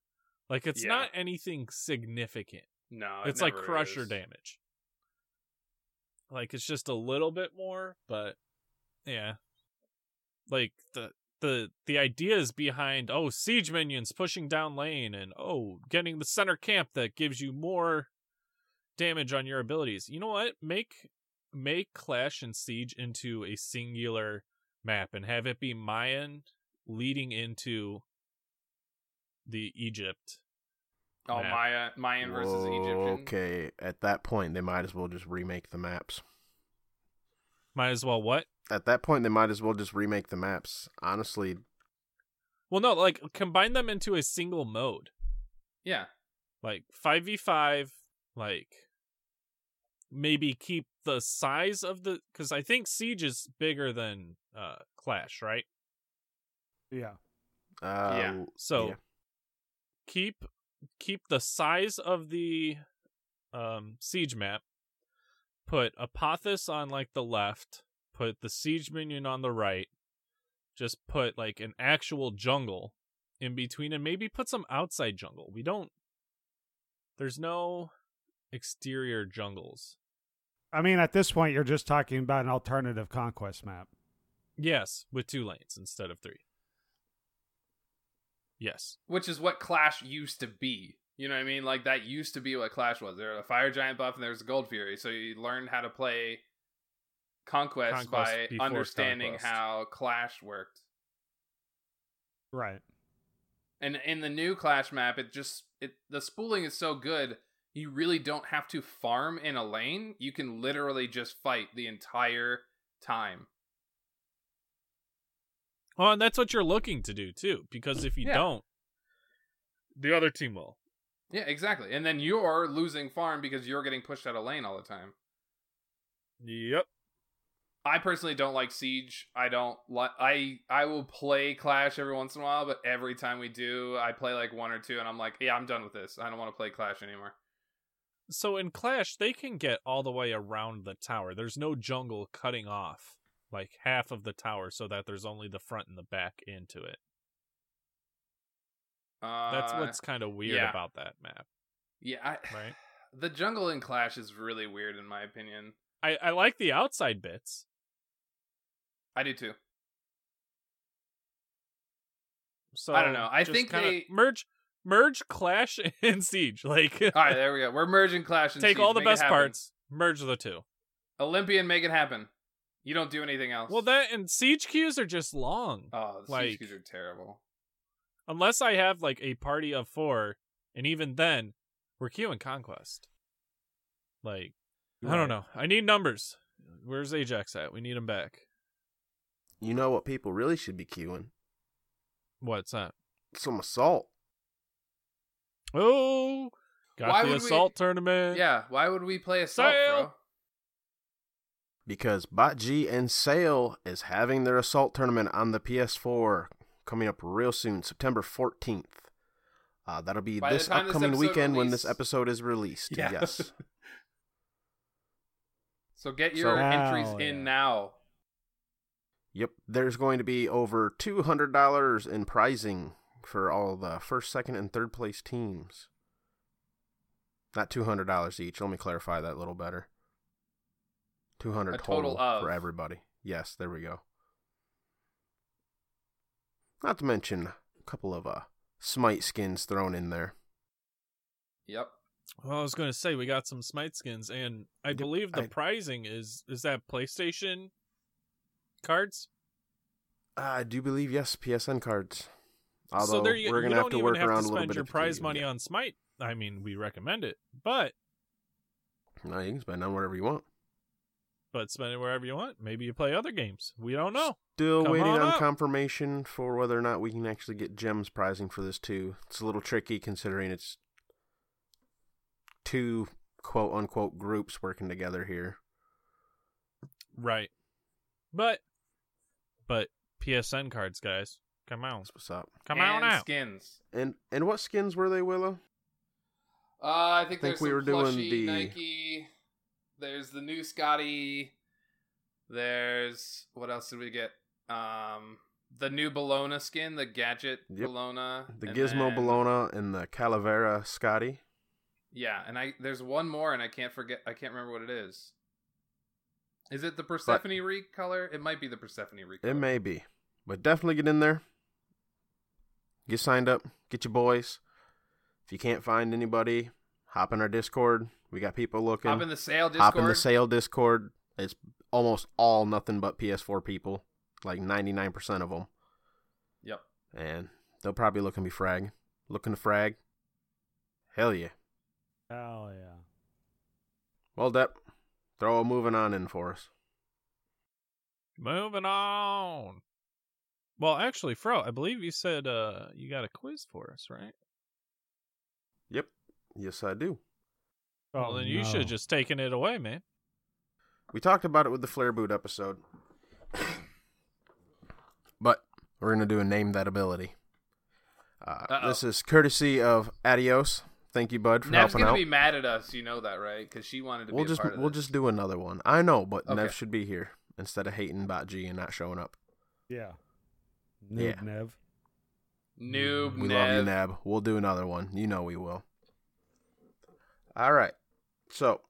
Speaker 2: Like it's
Speaker 5: Yeah.
Speaker 2: not anything significant.
Speaker 5: no, it
Speaker 2: it's like
Speaker 5: never
Speaker 2: crusher
Speaker 5: is.
Speaker 2: damage. Like it's just a little bit more, but yeah. Like the the the ideas behind oh siege minions pushing down lane and oh getting the center camp that gives you more damage on your abilities. You know what? Make make Clash and Siege into a singular map and have it be Mayan leading into the Egypt.
Speaker 5: Oh,
Speaker 2: map.
Speaker 5: Maya, Mayan versus Egyptian.
Speaker 4: Okay, at that point they might as well just remake the maps.
Speaker 2: Might as well what?
Speaker 4: At that point they might as well just remake the maps. Honestly,
Speaker 2: Well, no, like combine them into a single mode,
Speaker 5: Yeah.
Speaker 2: like five v five, like maybe keep the size of the because I think siege is bigger than uh clash, right?
Speaker 3: Yeah.
Speaker 4: uh,
Speaker 5: Yeah.
Speaker 2: So
Speaker 4: Yeah.
Speaker 2: keep keep the size of the um siege map. Put Apothos on like the left, put the siege minion on the right. Just put like an actual jungle in between and maybe put some outside jungle. We don't There's no exterior jungles.
Speaker 3: I mean, at this point, you're just talking about an alternative conquest map.
Speaker 2: Yes, with two lanes instead of three. Yes.
Speaker 5: which is what Clash used to be. You know what I mean? Like that used to be what Clash was. There was a Fire Giant buff and there was a Gold Fury. So you learned how to play Conquest,
Speaker 2: Conquest
Speaker 5: by
Speaker 2: before
Speaker 5: understanding
Speaker 2: Conquest.
Speaker 5: how Clash worked.
Speaker 3: Right.
Speaker 5: And in the new Clash map, it just it the spooling is so good. you really don't have to farm in a lane. You can literally just fight the entire time.
Speaker 2: Well, and that's what you're looking to do too, because if you
Speaker 5: Yeah.
Speaker 2: don't, the other team will.
Speaker 5: Yeah, exactly. And then you're losing farm because you're getting pushed out of lane all the time.
Speaker 2: Yep.
Speaker 5: I personally don't like Siege. I don't like I I will play Clash every once in a while, but every time we do, I play like one or two and I'm like, yeah, I'm done with this. I don't want to play Clash anymore.
Speaker 2: So in Clash, they can get all the way around the tower. There's no jungle cutting off like half of the tower so that there's only the front and the back into it.
Speaker 5: Uh,
Speaker 2: That's what's kind of weird
Speaker 5: yeah.
Speaker 2: about that map,
Speaker 5: Yeah, I,
Speaker 2: right?
Speaker 5: the jungle in Clash is really weird in my opinion.
Speaker 2: I, I like the outside bits.
Speaker 5: I do too.
Speaker 2: So
Speaker 5: I don't know. I
Speaker 2: just
Speaker 5: think
Speaker 2: kinda
Speaker 5: they-
Speaker 2: merge merge Clash and Siege. Like
Speaker 5: All right, there we go. We're merging Clash and
Speaker 2: take
Speaker 5: Siege.
Speaker 2: all the
Speaker 5: Make it
Speaker 2: best
Speaker 5: happen.
Speaker 2: parts, merge the two.
Speaker 5: Olympian, make it happen. You don't do anything else.
Speaker 2: Well, that and siege queues are just long.
Speaker 5: oh, the
Speaker 2: like-
Speaker 5: siege queues are terrible.
Speaker 2: Unless I have like a party of four, and even then, we're queuing conquest. Like I don't know. I need numbers. Where's Ajax at? We need him back.
Speaker 4: You know what people really should be queuing?
Speaker 2: What's that?
Speaker 4: Some assault.
Speaker 2: Oh, got
Speaker 5: Why
Speaker 2: the
Speaker 5: would we-
Speaker 2: assault tournament.
Speaker 5: Yeah, why would we play assault,
Speaker 2: Sail!
Speaker 5: bro?
Speaker 4: Because Botg and Sale is having their assault tournament on the PS4 coming up real soon, September 14th. Uh, that'll be
Speaker 5: By the
Speaker 4: this
Speaker 5: time this
Speaker 4: upcoming
Speaker 5: episode
Speaker 4: weekend when this
Speaker 5: releases.
Speaker 4: episode is released.
Speaker 5: Yeah.
Speaker 4: Yes.
Speaker 5: So get your
Speaker 4: So-
Speaker 5: entries
Speaker 3: Wow,
Speaker 5: in
Speaker 3: yeah.
Speaker 5: now.
Speaker 4: Yep, there's going to be over $200 in prizing for all the first, second, and third place teams. Not $200 each. Let me clarify that a little better. 200
Speaker 5: A total
Speaker 4: for
Speaker 5: of.
Speaker 4: everybody. Yes, there we go. Not to mention a couple of uh smite skins thrown in there.
Speaker 5: Yep.
Speaker 2: Well, I was going to say we got some smite skins, and I
Speaker 4: Yep,
Speaker 2: believe the
Speaker 4: I-
Speaker 2: prizing is is that PlayStation cards.
Speaker 4: Ah, I do believe yes, PSN cards. Although
Speaker 2: so there you,
Speaker 4: we're
Speaker 2: you
Speaker 4: going to
Speaker 2: don't
Speaker 4: have to
Speaker 2: even
Speaker 4: work
Speaker 2: have
Speaker 4: around
Speaker 2: to
Speaker 4: a little
Speaker 2: spend
Speaker 4: bit
Speaker 2: your
Speaker 4: if you
Speaker 2: prize
Speaker 4: do,
Speaker 2: money
Speaker 4: yeah.
Speaker 2: on Smite. I mean, we recommend it, but
Speaker 4: No, you can spend on whatever you want.
Speaker 2: but spend it wherever you want. Maybe you play other games. We don't know.
Speaker 4: Still
Speaker 2: Come
Speaker 4: waiting
Speaker 2: on
Speaker 4: on,
Speaker 2: up.
Speaker 4: confirmation for whether or not we can actually get gems prizing for this too. It's a little tricky considering it's two quote unquote groups working together here.
Speaker 2: Right. But but PSN cards, guys. Come on.
Speaker 4: That's what's up.
Speaker 2: Come on
Speaker 5: and
Speaker 2: out.
Speaker 5: skins.
Speaker 4: And and what skins were they, Willow?
Speaker 5: Uh, I think,
Speaker 4: Think
Speaker 5: there's
Speaker 4: we
Speaker 5: some
Speaker 4: were doing
Speaker 5: plushie
Speaker 4: the-
Speaker 5: Nike. There's the new Scotty. There's what else did we get? Um, the new Bologna skin, the gadget
Speaker 4: Yep.
Speaker 5: Bologna,
Speaker 4: The
Speaker 5: and
Speaker 4: Gizmo
Speaker 5: then-
Speaker 4: Bologna and the Calavera Scotty.
Speaker 5: Yeah, and I there's one more, and I can't forget. I can't remember what it is. Is it the Persephone recolor? It might be the Persephone recolor.
Speaker 4: It may be. But definitely get in there. Get signed up. Get your boys. If you can't find anybody, hop in our Discord. We got people looking.
Speaker 5: Hop in the sale Discord.
Speaker 4: hop in the sale Discord. It's almost all nothing but PS4 people, like 99% of them.
Speaker 5: Yep.
Speaker 4: And they'll probably look and be frag. Looking to frag. Hell yeah.
Speaker 3: Hell yeah.
Speaker 4: Well, Depp, throw a moving on in for us.
Speaker 2: Moving on. Well, actually, Fro, I believe you said uh you got a quiz for us, right?
Speaker 4: Yep. Yes, I do.
Speaker 3: Oh,
Speaker 2: well, then you should have just taken it away, man.
Speaker 4: We talked about it with the Flare Boot episode. but we're going to do a name that ability. Uh,
Speaker 5: Uh-oh.
Speaker 4: this is courtesy of Adios. Thank you, bud, for
Speaker 5: Nev's
Speaker 4: helping
Speaker 5: gonna
Speaker 4: out.
Speaker 5: be mad at us. You know that, right? Because she wanted to
Speaker 4: we'll
Speaker 5: be a
Speaker 4: just
Speaker 5: part of
Speaker 4: we'll
Speaker 5: this.
Speaker 4: just do another one. I know, but
Speaker 5: Okay.
Speaker 4: Nev should be here instead of hating Bot G and not showing up.
Speaker 3: Yeah.
Speaker 4: Yeah.
Speaker 3: Noob Nev.
Speaker 5: noob.
Speaker 4: We
Speaker 5: Nev.
Speaker 4: love you, Neb. We'll do another one. You know we will. All right. So,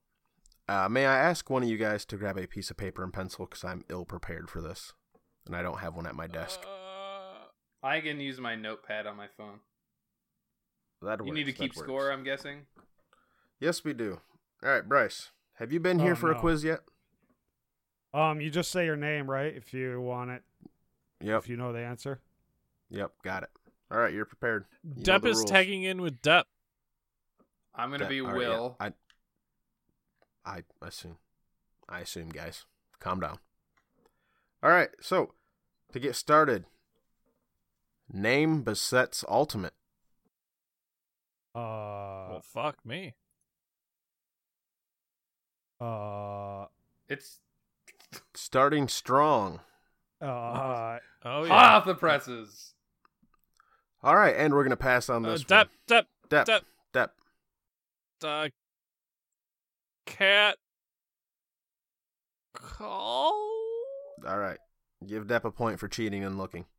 Speaker 4: uh, may I ask one of you guys to grab a piece of paper and pencil because I'm ill prepared for this, and I don't have one at my desk.
Speaker 2: Uh,
Speaker 5: I can use my notepad on my phone.
Speaker 4: that
Speaker 5: you need to
Speaker 4: works, that
Speaker 5: keep
Speaker 4: works.
Speaker 5: score, I'm guessing.
Speaker 4: Yes, we do. All right, Bryce. Have you been here
Speaker 3: Oh,
Speaker 4: for
Speaker 3: no.
Speaker 4: a quiz yet?
Speaker 3: Um, you just say your name, right? If you want it,
Speaker 4: Yep.
Speaker 3: if you know the answer.
Speaker 4: Yep. Got it. All right, you're prepared. You know
Speaker 2: Depp
Speaker 4: the
Speaker 2: is
Speaker 4: rules.
Speaker 2: tagging in with Depp.
Speaker 5: I'm gonna
Speaker 4: That-
Speaker 5: be
Speaker 4: all right, yeah,
Speaker 5: Will.
Speaker 4: I I assume. I assume, guys. Calm down. All right, so to get started, name Bassett's ultimate.
Speaker 3: Uh,
Speaker 2: well, fuck me.
Speaker 3: uh,
Speaker 5: It's
Speaker 4: Starting strong.
Speaker 3: uh,
Speaker 2: Oh
Speaker 5: hot
Speaker 2: yeah.
Speaker 5: off the presses.
Speaker 4: All right, and we're gonna pass on
Speaker 2: Uh,
Speaker 4: this.
Speaker 2: Dep, Dep,
Speaker 4: one. Dep,
Speaker 2: Dep,
Speaker 4: Dep.
Speaker 2: uh, cat, call.
Speaker 4: All right, give Dep a point for cheating and looking.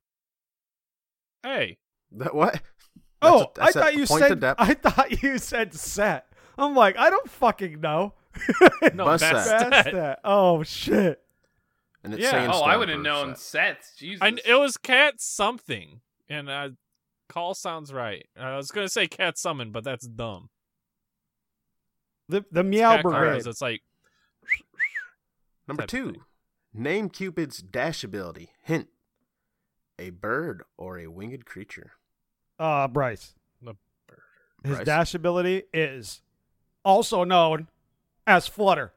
Speaker 2: Hey,
Speaker 4: That what? That's
Speaker 3: oh,
Speaker 4: a-
Speaker 3: I
Speaker 4: that's a
Speaker 3: thought you
Speaker 4: point to
Speaker 3: said.
Speaker 4: Dep.
Speaker 3: I thought you said set. I'm like, I don't fucking know.
Speaker 2: no,
Speaker 4: Bus
Speaker 2: that's
Speaker 4: set.
Speaker 3: That's
Speaker 2: that.
Speaker 3: that. Oh shit.
Speaker 4: and it's
Speaker 2: yeah.
Speaker 4: saying uh,
Speaker 5: Oh, I
Speaker 4: Stone
Speaker 5: would have
Speaker 4: for
Speaker 5: known
Speaker 4: Bassett.
Speaker 5: sets. Jesus.
Speaker 2: I, it was cat something, and uh, call sounds right. I was gonna say cat summon, but that's dumb.
Speaker 3: The the
Speaker 2: Cat
Speaker 3: meow
Speaker 2: cars,
Speaker 3: brigade.
Speaker 2: it's like
Speaker 4: Number
Speaker 2: type of
Speaker 4: two, name Cupid's dash ability. Hint: a bird or a winged creature.
Speaker 3: Uh, Bryce.
Speaker 2: The bird.
Speaker 3: His
Speaker 4: Bryce.
Speaker 3: dash ability is also known as flutter.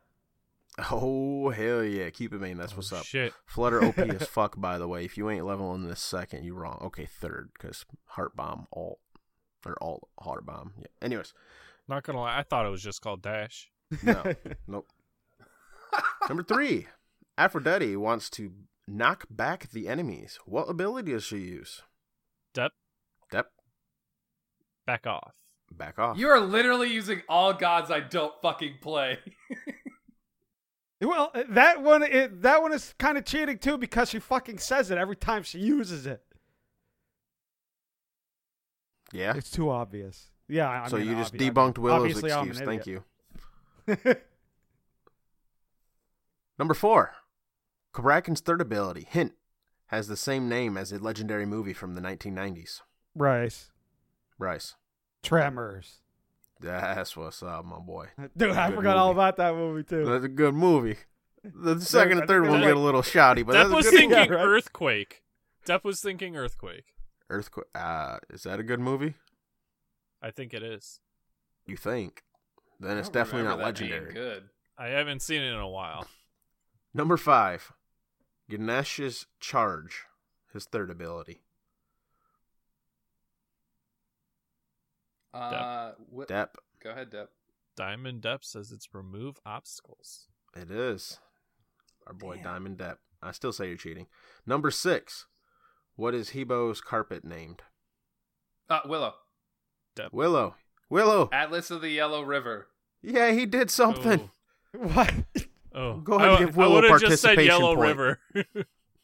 Speaker 4: Oh hell yeah, Cupid main. That's what's
Speaker 2: oh,
Speaker 4: up.
Speaker 2: Shit.
Speaker 4: Flutter OP as fuck. By the way, if you ain't leveling this second, you wrong. Okay, third because heart bomb alt or alt heart bomb. Yeah. Anyways,
Speaker 2: Not gonna lie, I thought it was just called Dash.
Speaker 4: no, nope. Number three, Aphrodite wants to knock back the enemies. What ability does she use?
Speaker 2: Dep,
Speaker 4: Step
Speaker 2: back off.
Speaker 4: back off.
Speaker 5: You are literally using all gods I don't fucking play.
Speaker 3: Well, uh, that one it, that one is kind of cheating too because she fucking says it every time she uses it.
Speaker 4: yeah.
Speaker 3: It's too obvious. Yeah. I
Speaker 4: so
Speaker 3: mean,
Speaker 4: you just
Speaker 3: obvi-
Speaker 4: debunked Willow's
Speaker 3: obviously I'm an
Speaker 4: excuse. Thank you.
Speaker 3: idiot.
Speaker 4: Number four, Kraken's third ability. Hint has the same name as a legendary movie from the 1990s.
Speaker 3: Bryce.
Speaker 4: Rice.
Speaker 3: Tremors.
Speaker 4: That's what's up, my boy.
Speaker 3: Dude, I
Speaker 4: Good
Speaker 3: forgot all
Speaker 4: movie.
Speaker 3: about that movie too.
Speaker 4: That's a good movie. The second
Speaker 3: I
Speaker 4: and third
Speaker 3: think
Speaker 4: one
Speaker 2: that's
Speaker 4: get a
Speaker 2: like-
Speaker 4: little shoddy, but
Speaker 2: Dep
Speaker 4: that's
Speaker 2: was
Speaker 4: a good
Speaker 2: thinking
Speaker 4: movie.
Speaker 3: Yeah, right.
Speaker 2: earthquake. Dep was thinking earthquake.
Speaker 4: Earthquake. Uh, is that a good movie?
Speaker 2: I think it is.
Speaker 4: You think? Then it's
Speaker 5: I don't
Speaker 4: definitely
Speaker 5: remember
Speaker 4: not
Speaker 5: that being
Speaker 4: legendary.
Speaker 5: Good.
Speaker 2: I haven't seen it in a while.
Speaker 4: Number five, Ganesh's charge, his third ability.
Speaker 5: Uh, what,
Speaker 4: Dep.
Speaker 5: Go ahead, Dep.
Speaker 2: Diamond Dep says it's remove obstacles.
Speaker 4: It is. Our boy Diamond Depp. I still say you're cheating. Number six. What is Hebo's carpet named?
Speaker 5: Uh, Willow. Uh,
Speaker 2: Dep.
Speaker 4: Willow. Willow.
Speaker 5: Atlas of the Yellow River.
Speaker 4: Yeah, he did something.
Speaker 3: What?
Speaker 2: Oh,
Speaker 4: Go ahead and
Speaker 2: I-
Speaker 4: give Willow
Speaker 2: I would've just said
Speaker 4: participation
Speaker 2: Yellow
Speaker 4: point.
Speaker 2: River.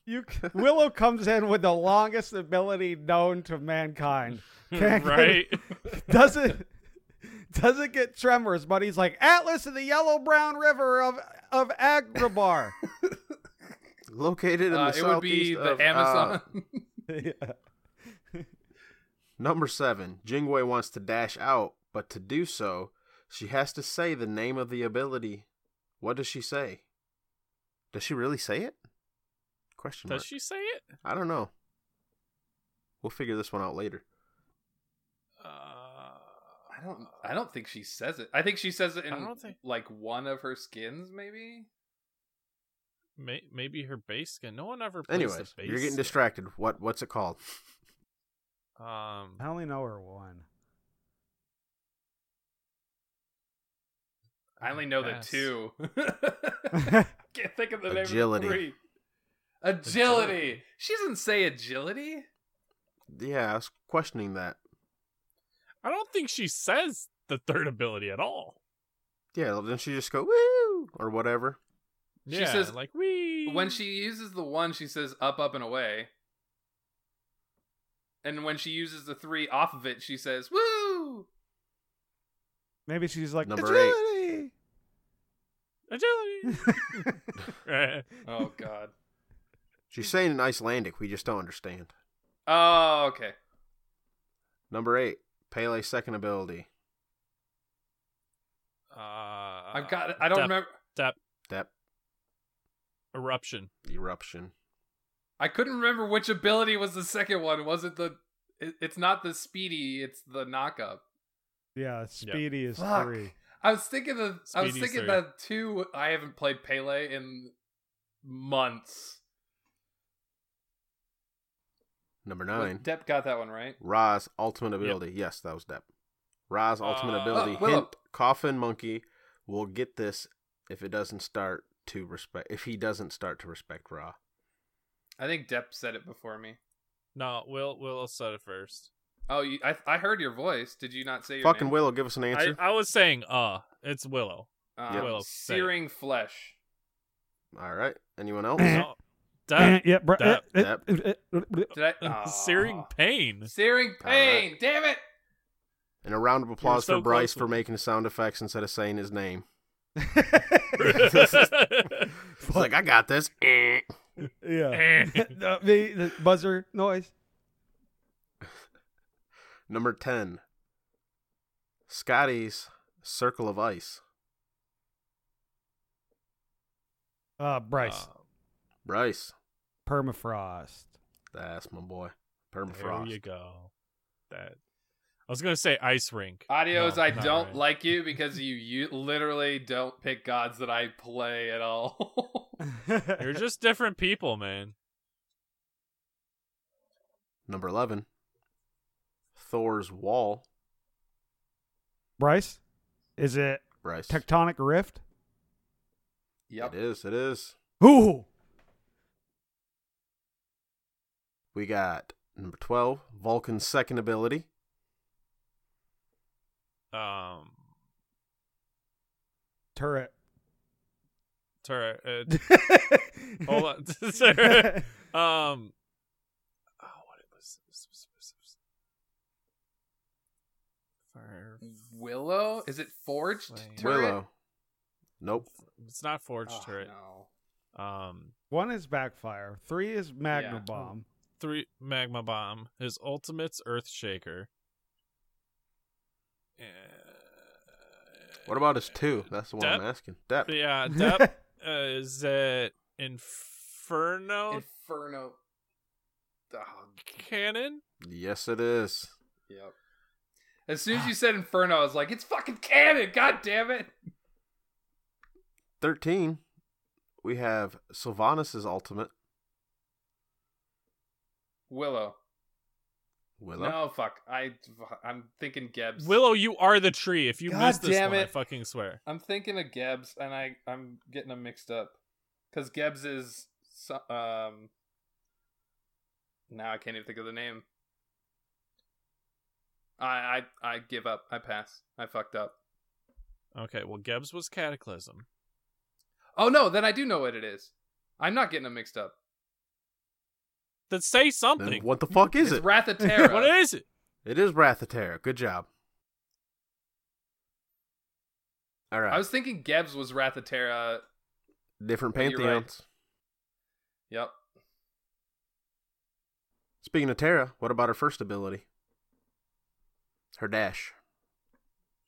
Speaker 3: You Willow comes in with the longest ability known to mankind. Can't get-
Speaker 2: right?
Speaker 3: doesn't doesn't get tremors, but he's like Atlas of the Yellow Brown River of of Agrabah.
Speaker 4: Located in
Speaker 5: Uh,
Speaker 4: the
Speaker 5: it would be
Speaker 4: southeast
Speaker 5: the
Speaker 4: of, uh,
Speaker 5: Amazon.
Speaker 3: yeah.
Speaker 4: number seven. Jingwei wants to dash out, but to do so, she has to say the name of the ability. What does she say? Does she really say it? Question mark.
Speaker 2: Does she say it?
Speaker 4: I don't know. We'll figure this one out later.
Speaker 2: Uh,
Speaker 5: I don't. I don't think she says it. I think she says it in
Speaker 2: I don't think-
Speaker 5: like one of her skins, maybe.
Speaker 2: may, maybe her base skin. No one ever. plays
Speaker 4: Anyways,
Speaker 2: the base
Speaker 4: you're getting
Speaker 2: skin.
Speaker 4: distracted. What what's it called?
Speaker 2: Um,
Speaker 3: I only know her one.
Speaker 5: I only know the
Speaker 2: Yes.
Speaker 5: two. Can't think of the name.
Speaker 4: Agility.
Speaker 5: Of the three. Agility. She doesn't say agility.
Speaker 4: Yeah, I was questioning that.
Speaker 2: I don't think she says the third ability at all.
Speaker 4: Yeah, well, didn't she just go woo or whatever?
Speaker 5: She
Speaker 2: Yeah,
Speaker 5: says-
Speaker 2: like we
Speaker 5: When she uses the one, she says up, up, and away. And when she uses the three off of it, she says woo.
Speaker 3: Maybe she's like
Speaker 4: Number eight.
Speaker 3: "Agility!"
Speaker 2: agility. Right.
Speaker 5: Oh God.
Speaker 4: She's
Speaker 2: Hmm.
Speaker 4: saying in Icelandic. We just don't understand.
Speaker 5: Oh okay.
Speaker 4: Number eight, Pele's second ability.
Speaker 2: Uh, I've
Speaker 5: I've got. it. I don't remember.
Speaker 2: Dep
Speaker 4: That
Speaker 2: eruption.
Speaker 4: eruption.
Speaker 5: I couldn't remember which ability was the second one. Was it the? it- It's not the speedy. It's the knock up.
Speaker 3: Yeah, Speedy is
Speaker 5: Fuck.
Speaker 3: three.
Speaker 5: I was thinking of I was
Speaker 2: Speedy's
Speaker 5: thinking
Speaker 2: three.
Speaker 5: that too. I haven't played Pele in months.
Speaker 4: Number
Speaker 5: But
Speaker 4: nine,
Speaker 5: Depp got that one right.
Speaker 4: Ra's ultimate ability. Yes, that was Depp. Ra's ultimate
Speaker 2: Uh,
Speaker 4: ability.
Speaker 5: oh, Willow.
Speaker 4: Hint: Coffin Monkey will get this if it doesn't start to respect. If he doesn't start to respect Ra.
Speaker 5: I think Depp said it before me.
Speaker 2: No, Will Will said it first.
Speaker 5: Oh, you, I I heard your voice. Did you not say your
Speaker 4: Fucking
Speaker 5: name?
Speaker 4: Willow, give us an
Speaker 2: I,
Speaker 4: answer.
Speaker 2: I was saying, uh, it's Willow.
Speaker 5: Um,
Speaker 4: Yeah.
Speaker 2: Will, say it.
Speaker 5: searing flesh.
Speaker 4: All right. Anyone else?
Speaker 3: Eh.
Speaker 2: No, that
Speaker 3: yeah, bro.
Speaker 2: Dep,
Speaker 4: Dep.
Speaker 5: Did I?
Speaker 2: searing
Speaker 5: Aw.
Speaker 2: pain.
Speaker 5: Searing pain. Damn it.
Speaker 4: and a round of applause
Speaker 2: so
Speaker 4: for Bryce
Speaker 2: close
Speaker 4: for
Speaker 2: with-
Speaker 4: making sound effects instead of saying his name. He's
Speaker 3: Fuck.
Speaker 4: like, I got this. Eh.
Speaker 3: yeah.
Speaker 2: Eh.
Speaker 3: the, the- the buzzer noise.
Speaker 4: Number 10. Scotty's Circle of Ice.
Speaker 3: Uh, Bryce,
Speaker 2: Um,
Speaker 4: Bryce.
Speaker 3: permafrost.
Speaker 4: That's my boy.
Speaker 2: There you
Speaker 4: Permafrost.
Speaker 2: go. That I was gonna say ice rink.
Speaker 5: Adios.
Speaker 2: No,
Speaker 5: I
Speaker 2: not
Speaker 5: don't
Speaker 2: right.
Speaker 5: like you because you you literally don't pick gods that I play at all.
Speaker 2: You're just different people, man.
Speaker 4: Number 11. Thor's Wall.
Speaker 3: Bryce, is it
Speaker 4: Bryce.
Speaker 3: tectonic rift?
Speaker 5: yep.
Speaker 4: It is. It is.
Speaker 3: Ooh,
Speaker 4: We got number 12. Vulcan's second ability.
Speaker 2: Um,
Speaker 3: turret.
Speaker 2: tur- uh, hold on. Tur- um, oh, what it was. was- was- was- was- Fire.
Speaker 5: Willow? Is it forged?
Speaker 2: Flame.
Speaker 5: Turret?
Speaker 4: Willow. Nope.
Speaker 2: It's not forged
Speaker 5: Oh,
Speaker 2: turret.
Speaker 5: no.
Speaker 2: Um,
Speaker 3: One is backfire. Three is magna
Speaker 5: Yeah.
Speaker 3: bomb.
Speaker 2: three magma bomb. His ultimate's earth shaker.
Speaker 4: What about his two? That's the one I'm
Speaker 2: Depth?
Speaker 4: asking. Depth.
Speaker 2: Yeah, Dep uh, is it
Speaker 4: Oh.
Speaker 2: Inferno
Speaker 5: Inferno. Ah,
Speaker 2: Cannon?
Speaker 4: Yes, it is.
Speaker 5: yep. As soon
Speaker 4: Ah.
Speaker 5: as you said Inferno, I was like, it's fucking canon. God damn it.
Speaker 4: 13. We have Sylvanas' ultimate.
Speaker 5: Willow.
Speaker 4: Willow.
Speaker 5: No, fuck. I, I'm thinking Gebs.
Speaker 2: Willow, you are the tree. If you
Speaker 5: God
Speaker 2: miss this
Speaker 5: damn
Speaker 2: one, I
Speaker 5: it.
Speaker 2: fucking swear.
Speaker 5: I'm thinking of Gebs, and I, I'm getting them mixed up. Because Gebs is. so- um. Now I can't even think of the name. I, I I give up. I pass. I fucked up.
Speaker 2: Okay, well, Gebs was Cataclysm.
Speaker 5: Oh no, then I do know what it is. I'm not getting them mixed up.
Speaker 2: Then say
Speaker 4: Then
Speaker 2: something.
Speaker 4: what the fuck is
Speaker 5: it's
Speaker 4: it?
Speaker 5: Wrath of Terra.
Speaker 2: what is it?
Speaker 4: It is Wrath of Terra. Good job. All right.
Speaker 5: I was thinking Gebs was Wrath of Terra.
Speaker 4: Different
Speaker 5: You're right.
Speaker 4: pantheons.
Speaker 5: Yep.
Speaker 4: Speaking of Terra, what about her first ability? Her dash.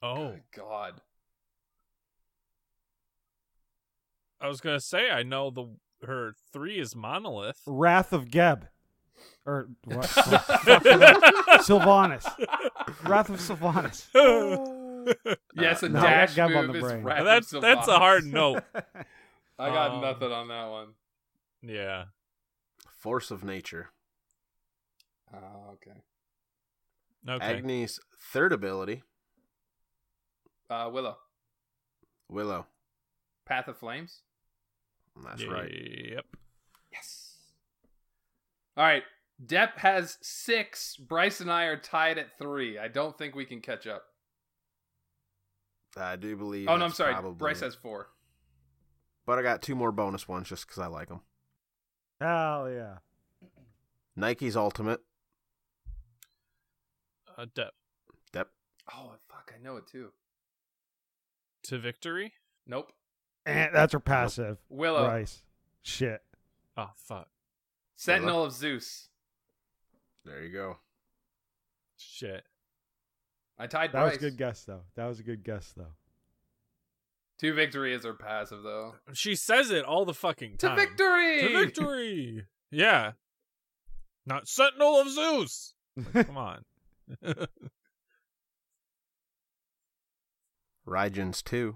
Speaker 2: Oh,
Speaker 5: God.
Speaker 2: I was gonna say I know the her three is Monolith.
Speaker 3: Wrath of Geb, or what? Sylvanas. Wrath of Sylvanas.
Speaker 5: Yes, a
Speaker 4: no.
Speaker 5: dash
Speaker 3: I got Geb on
Speaker 5: move
Speaker 3: the
Speaker 5: is
Speaker 3: brain.
Speaker 5: Wrath of
Speaker 2: that's that's a
Speaker 5: Sylvanas.
Speaker 2: hard no.
Speaker 5: I got
Speaker 2: Um,
Speaker 5: nothing on that one.
Speaker 2: Yeah.
Speaker 4: Force of nature.
Speaker 5: Oh, okay.
Speaker 2: Okay.
Speaker 4: Agni's third ability,
Speaker 5: Uh, Willow,
Speaker 4: Willow.
Speaker 5: Path of Flames.
Speaker 4: That's right.
Speaker 2: Yep.
Speaker 5: Yes. All right. Depp has six. Bryce and I are tied at three. I don't think we can catch up.
Speaker 4: I do believe.
Speaker 5: oh no, I'm
Speaker 4: that's
Speaker 5: sorry.
Speaker 4: probably
Speaker 5: Bryce
Speaker 4: it.
Speaker 5: has four.
Speaker 4: But I got two more bonus ones just because I like them.
Speaker 3: Hell yeah.
Speaker 4: Nike's ultimate.
Speaker 2: Uh, depth
Speaker 4: Yep.
Speaker 5: Oh fuck, I know it too.
Speaker 2: to victory.
Speaker 5: Nope.
Speaker 3: And that's her passive.
Speaker 5: Willow,
Speaker 3: Bryce. Shit.
Speaker 2: Oh fuck.
Speaker 5: Sentinel of Zeus.
Speaker 4: There you go.
Speaker 2: Shit.
Speaker 5: I tied
Speaker 3: That
Speaker 5: Bryce.
Speaker 3: was a good guess though. That was a good guess though.
Speaker 5: Two victory is her passive though.
Speaker 2: She says it all the fucking
Speaker 5: To
Speaker 2: time.
Speaker 5: victory!
Speaker 2: To victory. yeah. Not Sentinel of Zeus. Come on.
Speaker 4: Rygens 2.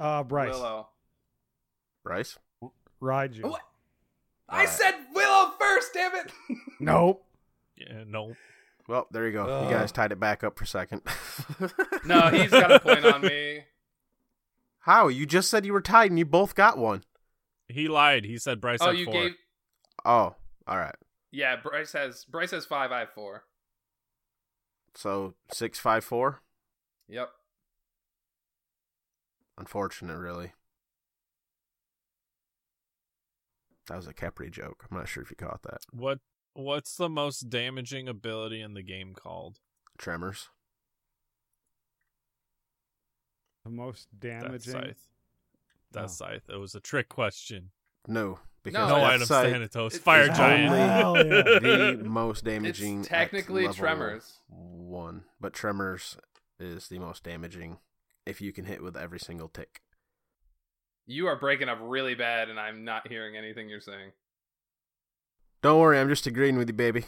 Speaker 3: Uh, Bryce.
Speaker 5: Willow. Oh,
Speaker 4: Bryce?
Speaker 3: Raiju.
Speaker 5: What? I
Speaker 4: Alright.
Speaker 5: said Willow first, damn it!
Speaker 3: Nope.
Speaker 2: Yeah, no.
Speaker 4: Well, there you go.
Speaker 5: Ugh.
Speaker 4: You guys tied it back up for a second.
Speaker 5: no, he's got a point on me.
Speaker 4: How? You just said you were tied and you both got one.
Speaker 2: He lied. He said Bryce
Speaker 5: oh,
Speaker 2: had
Speaker 5: you
Speaker 2: four.
Speaker 5: gave
Speaker 4: Oh, all right.
Speaker 5: Yeah, Bryce has Bryce has five, I have four.
Speaker 4: So six five four.
Speaker 5: Yep.
Speaker 4: Unfortunate, really. That was a Capri joke. I'm not sure if you caught that.
Speaker 2: What what's the most damaging ability in the game called?
Speaker 4: Tremors.
Speaker 3: The most
Speaker 2: That
Speaker 3: damaging. Oh.
Speaker 2: scythe. That
Speaker 3: No.
Speaker 2: scythe. It was a trick question.
Speaker 4: No,
Speaker 5: No,
Speaker 4: because
Speaker 2: no
Speaker 5: it's-
Speaker 4: that
Speaker 2: item
Speaker 4: site-
Speaker 2: Thanatos.
Speaker 5: it-
Speaker 2: Fire
Speaker 5: it's
Speaker 2: giant.
Speaker 3: only- Hell
Speaker 4: the most damaging.
Speaker 5: It's
Speaker 4: at
Speaker 5: technically
Speaker 4: level
Speaker 5: Tremors.
Speaker 4: One, but Tremors is the most damaging if you can hit with every single tick.
Speaker 5: You are breaking up really bad and I'm not hearing anything you're saying.
Speaker 4: Don't worry, I'm just agreeing with you, baby.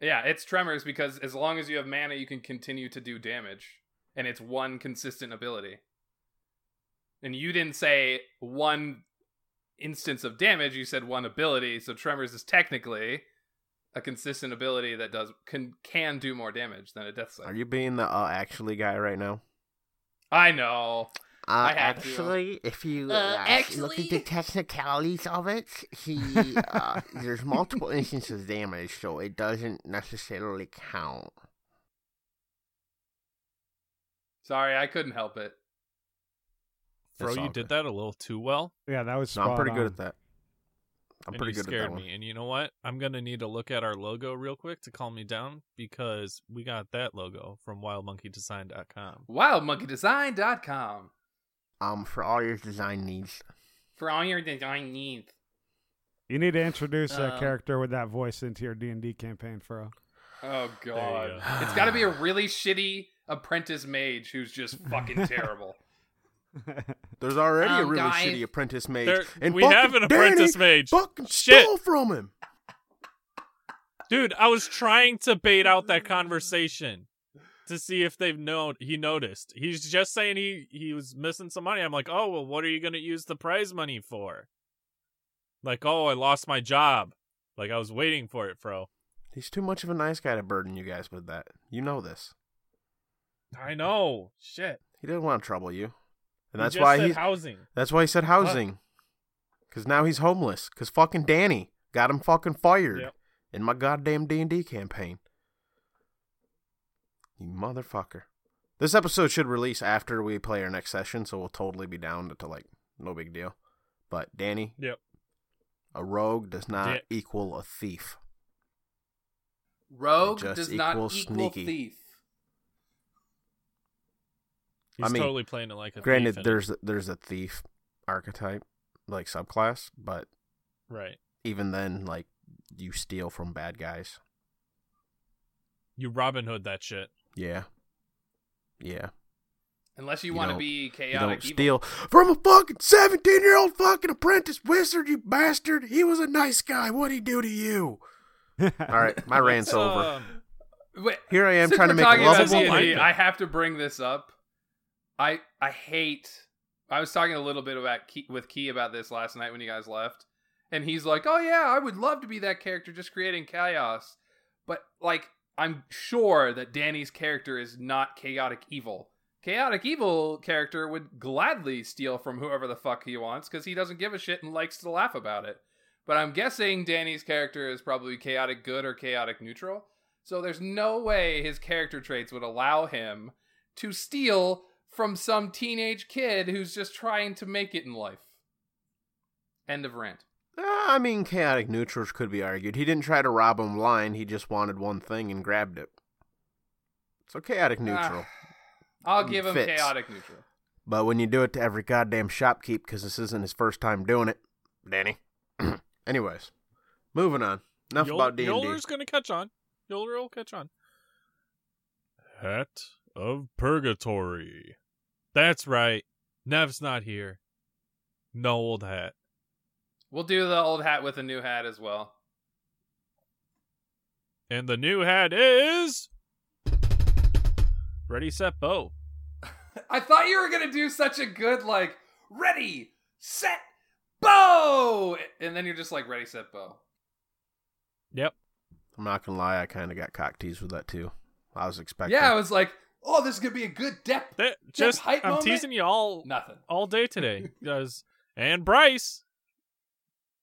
Speaker 5: Yeah, it's tremors because as long as you have mana you can continue to do damage. And it's one consistent ability. And you didn't say one instance of damage, you said one ability, so tremors is technically a consistent ability that does can can do more damage than a death
Speaker 4: Are
Speaker 5: side.
Speaker 4: you being the uh, actually guy right now?
Speaker 5: I know.
Speaker 7: Uh,
Speaker 5: I had to.
Speaker 7: actually, if you uh,
Speaker 8: Uh,
Speaker 7: look
Speaker 8: actually-
Speaker 7: at the technicalities of it, he uh, there's multiple instances of damage, so it doesn't necessarily count.
Speaker 5: Sorry, I couldn't help it.
Speaker 2: Bro,
Speaker 4: It's
Speaker 2: you
Speaker 4: all
Speaker 2: did
Speaker 4: good.
Speaker 2: that a little too well.
Speaker 3: Yeah, that was.
Speaker 4: No, I'm
Speaker 3: spot
Speaker 4: pretty
Speaker 3: on.
Speaker 4: good at that. I'm
Speaker 2: and
Speaker 4: pretty
Speaker 2: you
Speaker 4: good at
Speaker 2: scared
Speaker 4: that one.
Speaker 2: me. And you know what? I'm gonna need to look at our logo real quick to calm me down because we got that logo from WildMonkeyDesign.com.
Speaker 5: WildMonkeyDesign.com
Speaker 7: Um, for all your design needs,
Speaker 5: for all your design needs.
Speaker 3: You need to introduce that
Speaker 5: Uh.
Speaker 8: Um,
Speaker 3: character with that voice into your D and D campaign, Fro.
Speaker 5: Oh
Speaker 2: There you
Speaker 5: god,
Speaker 2: go.
Speaker 5: it's got to be a really shitty apprentice mage who's just fucking terrible.
Speaker 4: There's already a
Speaker 5: Um,
Speaker 4: really
Speaker 5: guys-
Speaker 4: shitty apprentice mage,
Speaker 2: There-
Speaker 4: and
Speaker 2: we
Speaker 4: fucking
Speaker 2: have an
Speaker 4: Danny
Speaker 2: apprentice mage.
Speaker 4: Fucking
Speaker 2: Shit.
Speaker 4: stole from him.
Speaker 2: Dude, I was trying to bait out that conversation to see if they've known he noticed. He's just saying he he was missing some money. I'm like, "Oh, well what are you going to use the prize money for?" Like, "Oh, I lost my job." Like I was waiting for it, bro.
Speaker 4: He's too much of a nice guy to burden you guys with that. You know this.
Speaker 2: I know. Shit.
Speaker 4: He didn't want to trouble you, and that's
Speaker 2: he just
Speaker 4: why
Speaker 2: said
Speaker 4: he.
Speaker 2: housing.
Speaker 4: that's why he said housing. Because now he's homeless. Because fucking Danny got him fucking fired
Speaker 2: Yep.
Speaker 4: in my goddamn D and D campaign. You motherfucker. This episode should release after we play our next session, so we'll totally be down to, like no big deal. But Danny,
Speaker 2: Yep.
Speaker 4: a rogue does not
Speaker 2: Dick.
Speaker 4: equal a thief.
Speaker 5: Rogue
Speaker 4: They just
Speaker 5: does not equal
Speaker 4: equal sneaky.
Speaker 5: thief.
Speaker 2: He's
Speaker 4: I mean,
Speaker 2: totally playing it like a
Speaker 4: Granted,
Speaker 2: thief in it.
Speaker 4: there's there's a thief archetype, like subclass, but
Speaker 2: right.
Speaker 4: even then, like you steal from bad guys.
Speaker 2: You Robin Hood that shit.
Speaker 4: Yeah, yeah.
Speaker 5: Unless you,
Speaker 4: You
Speaker 5: want to
Speaker 4: don't-
Speaker 5: be
Speaker 4: You don't
Speaker 5: chaotic evil.
Speaker 4: steal from a fucking seventeen-year-old fucking apprentice wizard, you bastard. He was a nice guy. What'd he do to you? All right, my rant's
Speaker 2: Let's,
Speaker 4: over.
Speaker 2: um,
Speaker 5: Wait,
Speaker 4: Here I am
Speaker 5: since
Speaker 4: trying to
Speaker 5: we're
Speaker 4: make
Speaker 5: Oh. talking about
Speaker 4: lovable
Speaker 5: D&D,
Speaker 2: minded.
Speaker 5: I have to bring this up. I I hate. I was talking a little bit about Key, with Key about this last night when you guys left, and he's like, "Oh yeah, I would love to be that character, just creating chaos." But like, I'm sure that Danny's character is not chaotic evil. Chaotic evil character would gladly steal from whoever the fuck he wants because he doesn't give a shit and likes to laugh about it. But I'm guessing Danny's character is probably chaotic good or chaotic neutral. So there's no way his character traits would allow him to steal from some teenage kid who's just trying to make it in life. End of rant.
Speaker 4: Uh, I mean, chaotic neutrals could be argued. He didn't try to rob him blind. He just wanted one thing and grabbed it. So chaotic
Speaker 5: Ah.
Speaker 4: neutral.
Speaker 5: I'll give him
Speaker 4: Fits.
Speaker 5: chaotic neutral.
Speaker 4: But when you do it to every goddamn shopkeep, because this isn't his first time doing it, Danny. Anyways, moving on. Enough
Speaker 2: Yol-
Speaker 4: about D and D.
Speaker 2: Yoler's gonna catch on. Yoler will catch on. Hat of Purgatory. That's right. Nev's not here. No old hat.
Speaker 5: We'll do the old hat with a new hat as well.
Speaker 2: And the new hat is Ready Set Bo.
Speaker 5: I thought you were gonna do such a good like ready, set, bow, and then you're just like ready, set, bow.
Speaker 2: Yep.
Speaker 4: I'm not gonna lie, I kind of got cock teased with that too. I was expecting.
Speaker 5: Yeah, I was like, oh, this is gonna be a good depth.
Speaker 2: That,
Speaker 5: depth
Speaker 2: just
Speaker 5: height
Speaker 2: I'm
Speaker 5: moment.
Speaker 2: teasing you all
Speaker 5: Nothing.
Speaker 2: all day today. Guys. and Bryce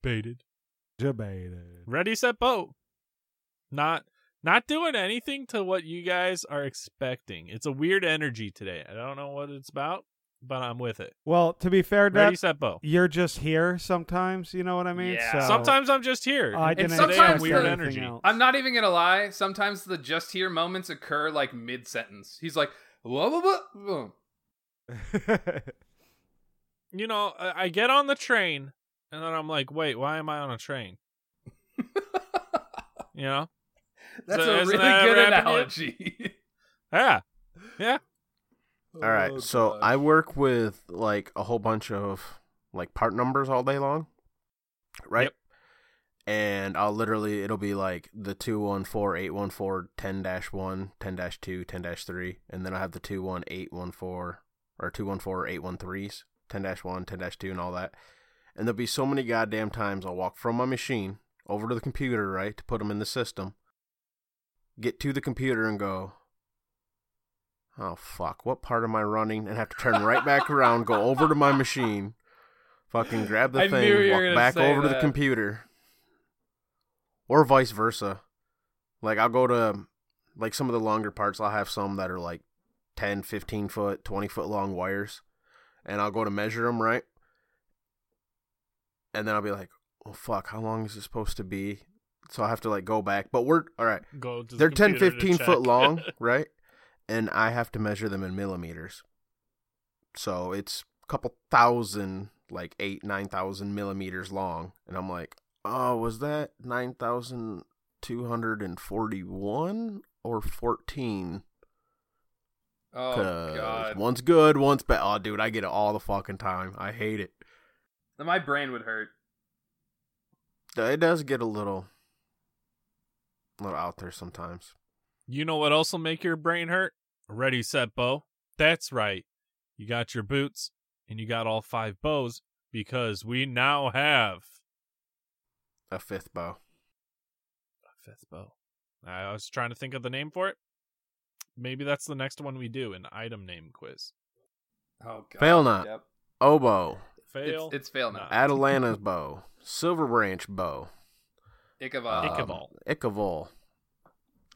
Speaker 2: baited.
Speaker 3: Debated.
Speaker 2: Ready set boat. Not not doing anything to what you guys are expecting. It's a weird energy today. I don't know what it's about, but I'm with it.
Speaker 3: Well, to be fair,
Speaker 2: Ready
Speaker 3: Dad,
Speaker 2: set bow.
Speaker 3: you're just here sometimes. You know what I mean?
Speaker 5: Yeah.
Speaker 3: So,
Speaker 2: Sometimes I'm just here.
Speaker 3: I
Speaker 5: And
Speaker 3: didn't
Speaker 5: sometimes
Speaker 3: expect
Speaker 5: weird
Speaker 3: anything
Speaker 2: energy.
Speaker 3: else.
Speaker 5: I'm not even gonna lie. Sometimes the just here moments occur like mid sentence. He's like, whoa, whoa, whoa, whoa.
Speaker 2: you know, I, I get on the train and then I'm like, wait, why am I on a train? you know?
Speaker 5: That's
Speaker 2: So
Speaker 5: a
Speaker 2: isn't
Speaker 5: really
Speaker 2: that
Speaker 5: good
Speaker 2: ever happened to you?
Speaker 5: analogy.
Speaker 2: Yeah. Yeah.
Speaker 4: All right,
Speaker 5: Oh,
Speaker 4: so I work with like a whole bunch of like part numbers all day long, right?
Speaker 2: Yep.
Speaker 4: And I'll literally it'll be like the 214 814 10 1 10 2 10 3 and then I have the 21814 or 214 813s 10 1 10 2 and all that. And there'll be so many goddamn times I'll walk from my machine over to the computer, right, to put them in the system. Get to the computer and go, oh fuck, what part am I running? And have to turn right back around, go over to my machine, fucking grab the
Speaker 5: I knew you
Speaker 4: thing,
Speaker 5: were
Speaker 4: walk
Speaker 5: gonna
Speaker 4: back
Speaker 5: say
Speaker 4: over to the
Speaker 5: that.
Speaker 4: computer. Or vice versa. Like I'll go to like some of the longer parts, I'll have some that are like 10, 15 foot, 20 foot long wires. And I'll go to measure them, right? And then I'll be like, well, fuck, how long is it supposed to be? So I have to like go back. But we're, all right,
Speaker 2: Go to the
Speaker 4: they're 10
Speaker 2: computer to
Speaker 4: 15
Speaker 2: check.
Speaker 4: foot long right and i have to measure them in millimeters so it's a couple thousand like eight nine thousand millimeters long and i'm like oh was that 9241 or 14
Speaker 5: oh
Speaker 4: uh,
Speaker 5: god,
Speaker 4: one's good one's bad oh dude i get it all the fucking time i hate it
Speaker 5: my brain would hurt.
Speaker 4: it does get a little a little out there sometimes
Speaker 2: You know what else will make your brain hurt? Ready, set, bow. That's right. You got your boots and you got all five bows because we now have
Speaker 4: a fifth bow
Speaker 2: a fifth bow. I was trying to think of the name for it. Maybe that's the next one we do an item name quiz.
Speaker 5: Oh god,
Speaker 4: Fail not.
Speaker 5: Yep.
Speaker 4: oboe
Speaker 2: Fail.
Speaker 5: It's, it's fail
Speaker 2: not.
Speaker 5: not.
Speaker 4: Atalanta's bow, Silver Branch bow,
Speaker 5: Ichabod.
Speaker 4: um,
Speaker 2: Ichabod.
Speaker 4: Ichabod.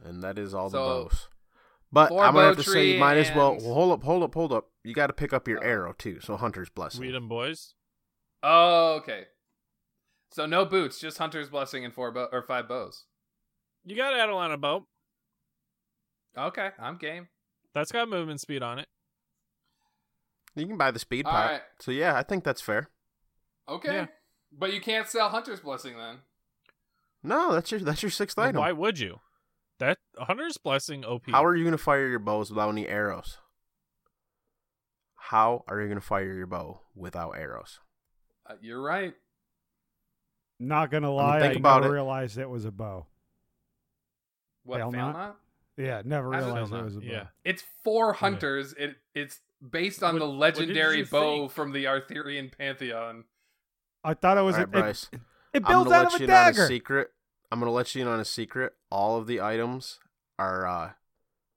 Speaker 4: and that is all the
Speaker 5: So,
Speaker 4: bows. But
Speaker 5: four
Speaker 4: I'm gonna have
Speaker 5: bow
Speaker 4: to say,
Speaker 5: tree
Speaker 4: you might as well.
Speaker 5: and-
Speaker 4: well. Hold up, hold up, hold up. You got to pick up your
Speaker 5: Oh.
Speaker 4: arrow too. So Hunter's blessing.
Speaker 2: Read 'em, boys.
Speaker 5: Oh, okay. So no boots, just hunter's blessing and four bow or five bows.
Speaker 2: You got Adelana bow.
Speaker 5: Okay, I'm game.
Speaker 2: That's got movement speed on it.
Speaker 4: You can buy the speed
Speaker 5: All
Speaker 4: pack.
Speaker 5: right.
Speaker 4: So yeah, I think that's fair.
Speaker 5: Okay,
Speaker 2: Yeah.
Speaker 5: but you can't sell hunter's blessing then.
Speaker 4: No, that's your that's your sixth item.
Speaker 2: Why would you? That Hunter's blessing OP.
Speaker 4: How are you gonna fire your bows without any arrows? How are you gonna fire your bow without arrows?
Speaker 5: Uh, you're right.
Speaker 3: Not gonna lie, I,
Speaker 4: think about
Speaker 3: never
Speaker 4: it.
Speaker 3: realized it was a bow.
Speaker 5: What
Speaker 3: Fail
Speaker 5: fail,
Speaker 3: not?
Speaker 5: not?
Speaker 3: Yeah, never
Speaker 5: I don't
Speaker 3: realized
Speaker 4: know.
Speaker 3: it was a bow.
Speaker 2: Yeah.
Speaker 5: It's four hunters. It it's based on
Speaker 2: What-
Speaker 5: the
Speaker 2: what did you
Speaker 5: legendary bow
Speaker 2: think?
Speaker 5: from the Arthurian pantheon.
Speaker 3: I thought it was.
Speaker 4: all right,
Speaker 3: it- it,
Speaker 4: Bryce.
Speaker 3: it
Speaker 4: I'm
Speaker 3: builds
Speaker 4: gonna
Speaker 3: out of
Speaker 4: let
Speaker 3: a
Speaker 4: you in on
Speaker 3: dagger.
Speaker 4: a secret. I'm gonna let you in on a secret. All of the items are uh,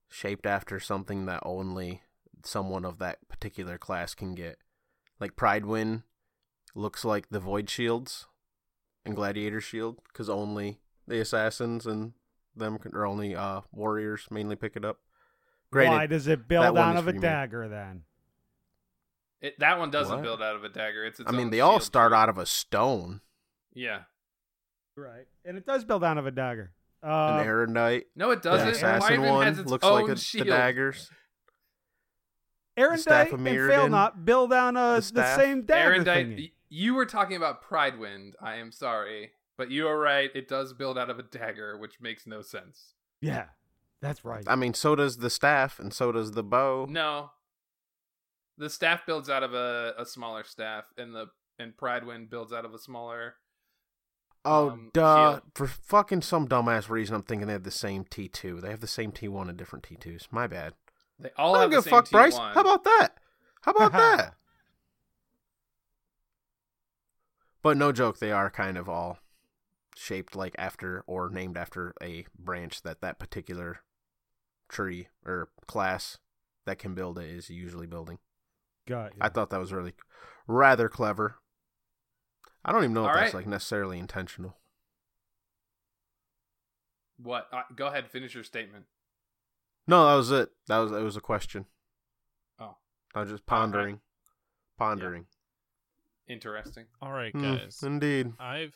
Speaker 4: shaped after something that only someone of that particular class can get. Like Pridewind looks like the Void Shields and Gladiator Shield, because only the assassins and them can, or only uh, warriors mainly pick it up. Granted,
Speaker 3: Why does it
Speaker 4: that
Speaker 3: build
Speaker 4: one
Speaker 3: out
Speaker 4: is
Speaker 3: of a
Speaker 4: for you, man.
Speaker 3: dagger then?
Speaker 5: It, that one doesn't
Speaker 4: What?
Speaker 5: build out of a dagger. It's. Its
Speaker 4: I mean
Speaker 5: own
Speaker 4: they all
Speaker 5: shield.
Speaker 4: start out of a stone,
Speaker 5: Yeah.
Speaker 3: Right, and it does build out of a dagger. Uh,
Speaker 4: an erudite.
Speaker 5: No, it
Speaker 4: The
Speaker 5: doesn't.
Speaker 4: assassin
Speaker 5: Wyvern
Speaker 4: one
Speaker 5: has its
Speaker 4: looks
Speaker 5: own
Speaker 4: like a, the
Speaker 5: shield.
Speaker 4: daggers.
Speaker 3: Erendite
Speaker 4: staff
Speaker 3: and
Speaker 4: of Mirrodin,
Speaker 3: Failnot build down a,
Speaker 4: the
Speaker 3: the,
Speaker 4: staff.
Speaker 3: same dagger
Speaker 5: Erendite,
Speaker 3: thingy.
Speaker 5: y- you were talking about Pridewind. I am sorry, but you are right. It does build out of a dagger, which makes no sense.
Speaker 3: Yeah, that's right.
Speaker 4: I mean, so does the staff, and so does the bow.
Speaker 5: No, the staff builds out of a, a smaller staff, and the and Pridewind builds out of a smaller.
Speaker 4: Oh,
Speaker 5: um,
Speaker 4: duh.
Speaker 5: shield.
Speaker 4: For fucking some dumbass reason, I'm thinking they have the same T2. They have the same T1 and different T2s. My bad.
Speaker 5: They all
Speaker 4: I
Speaker 5: have
Speaker 4: don't
Speaker 5: the
Speaker 4: give a
Speaker 5: same
Speaker 4: fuck,
Speaker 5: T1.
Speaker 4: Bryce. How about that? How about that? But no joke, they are kind of all shaped like after or named after a branch that that particular tree or class that can build it is usually building.
Speaker 3: Got you.
Speaker 4: I thought that was really rather clever. I don't even know if
Speaker 5: All
Speaker 4: that's
Speaker 5: right.
Speaker 4: like necessarily intentional.
Speaker 5: what? Uh, go ahead, finish your statement.
Speaker 4: No, that was it. That was it was a question.
Speaker 5: Oh,
Speaker 4: I was just pondering, pondering.
Speaker 5: interesting.
Speaker 2: All right,
Speaker 4: Hmm,
Speaker 2: guys.
Speaker 4: indeed,
Speaker 2: I've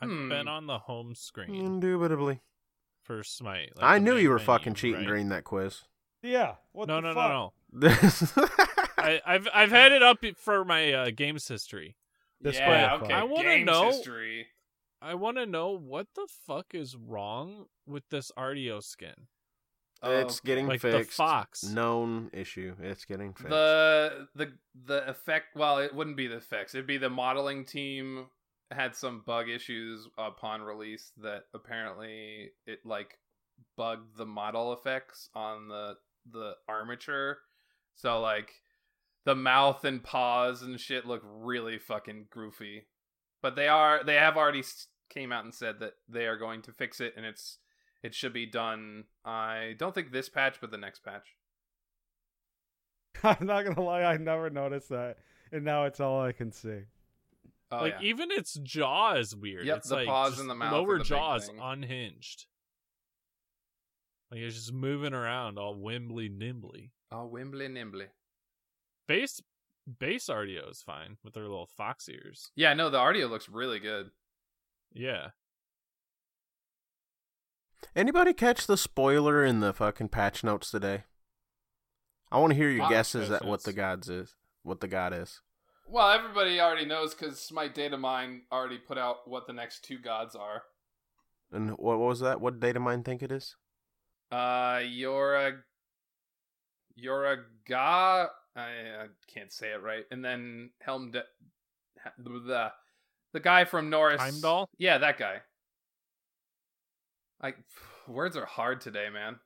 Speaker 2: I've
Speaker 5: Hmm.
Speaker 2: been on the home
Speaker 4: Hmm.
Speaker 2: screen
Speaker 4: indubitably.
Speaker 2: for Smite. like
Speaker 4: I
Speaker 2: the
Speaker 4: knew
Speaker 2: main
Speaker 4: you were
Speaker 2: menu,
Speaker 4: fucking cheating
Speaker 2: right?
Speaker 4: during that quiz.
Speaker 3: yeah. What
Speaker 2: No,
Speaker 3: the
Speaker 2: no,
Speaker 3: fuck?
Speaker 2: no, no.
Speaker 4: I
Speaker 2: I, I've I've had it up for my uh, games history.
Speaker 3: This
Speaker 5: yeah,
Speaker 3: way.
Speaker 5: okay.
Speaker 2: I wanna
Speaker 5: Games
Speaker 2: know-
Speaker 5: history.
Speaker 2: I want to know what the fuck is wrong with this RDO skin.
Speaker 4: it's
Speaker 5: Okay.
Speaker 4: getting
Speaker 2: Like the
Speaker 4: fixed.
Speaker 2: fox.
Speaker 4: Known issue. It's getting fixed.
Speaker 5: the the the effect. Well, it wouldn't be the effects. It'd be the modeling team had some bug issues upon release that apparently it like bugged the model effects on the the armature. So like the mouth and paws and shit look really fucking goofy. But they are they have already s- came out and said that they are going to fix it and it's it should be done. I don't think this patch, but the next patch.
Speaker 3: I'm not gonna lie. I never noticed that, and now it's all I can see.
Speaker 5: Oh,
Speaker 2: like e
Speaker 5: yeah.
Speaker 2: even its jaw is weird.
Speaker 5: Yep,
Speaker 2: it's
Speaker 5: the
Speaker 2: like
Speaker 5: paws
Speaker 2: just
Speaker 5: and the mouth are
Speaker 2: lower
Speaker 5: the big
Speaker 2: jaws
Speaker 5: thing.
Speaker 2: unhinged. Like it's just moving around all wimbly nimbly.
Speaker 5: Oh, Wimbly Nimbly.
Speaker 2: Base base RDO is fine with their little fox ears.
Speaker 5: Yeah, no, the audio looks really good.
Speaker 2: Yeah.
Speaker 4: Anybody catch the spoiler in the fucking patch notes today? I want to hear your
Speaker 5: Fox
Speaker 4: guesses at
Speaker 2: notes.
Speaker 4: what the gods is. What the god is.
Speaker 5: Well, everybody already knows because Smite Datamine already put out what the next two gods are.
Speaker 4: And what, what was that? What data mine think it is?
Speaker 5: Uh, you're a, you're a god. I, I can't say it right. And then Helm, de- Ha- the the guy from Norris.
Speaker 2: Heimdall?
Speaker 5: Yeah, that guy. Like, words are hard today, man.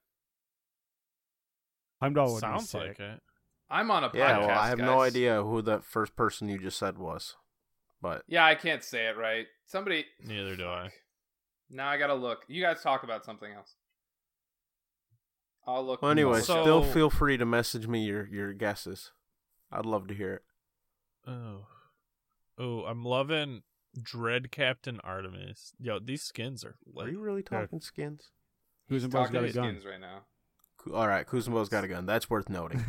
Speaker 3: Heimdall would
Speaker 2: Sounds
Speaker 3: be sick.
Speaker 2: like it.
Speaker 5: I'm on a podcast.
Speaker 4: yeah, well, I have no
Speaker 5: guys.
Speaker 4: idea who that first person you just said was. But
Speaker 5: Yeah, I can't say it right. Somebody.
Speaker 2: Neither do I.
Speaker 5: Now I gotta look. You guys talk about something else. I'll look.
Speaker 4: well, anyway,
Speaker 2: So-
Speaker 4: still feel free to message me your, your guesses. I'd love to hear it.
Speaker 2: Oh. Oh, I'm loving Dread Captain Artemis. Yo, these skins are
Speaker 4: Are
Speaker 2: lit.
Speaker 4: you really
Speaker 3: Yeah.
Speaker 4: talking skins?
Speaker 5: He's
Speaker 3: Kuzumbo's
Speaker 5: talking
Speaker 3: got a
Speaker 5: to
Speaker 3: gun.
Speaker 5: skins right now.
Speaker 4: Ku- All right, Kuzmo's got a gun. That's worth noting.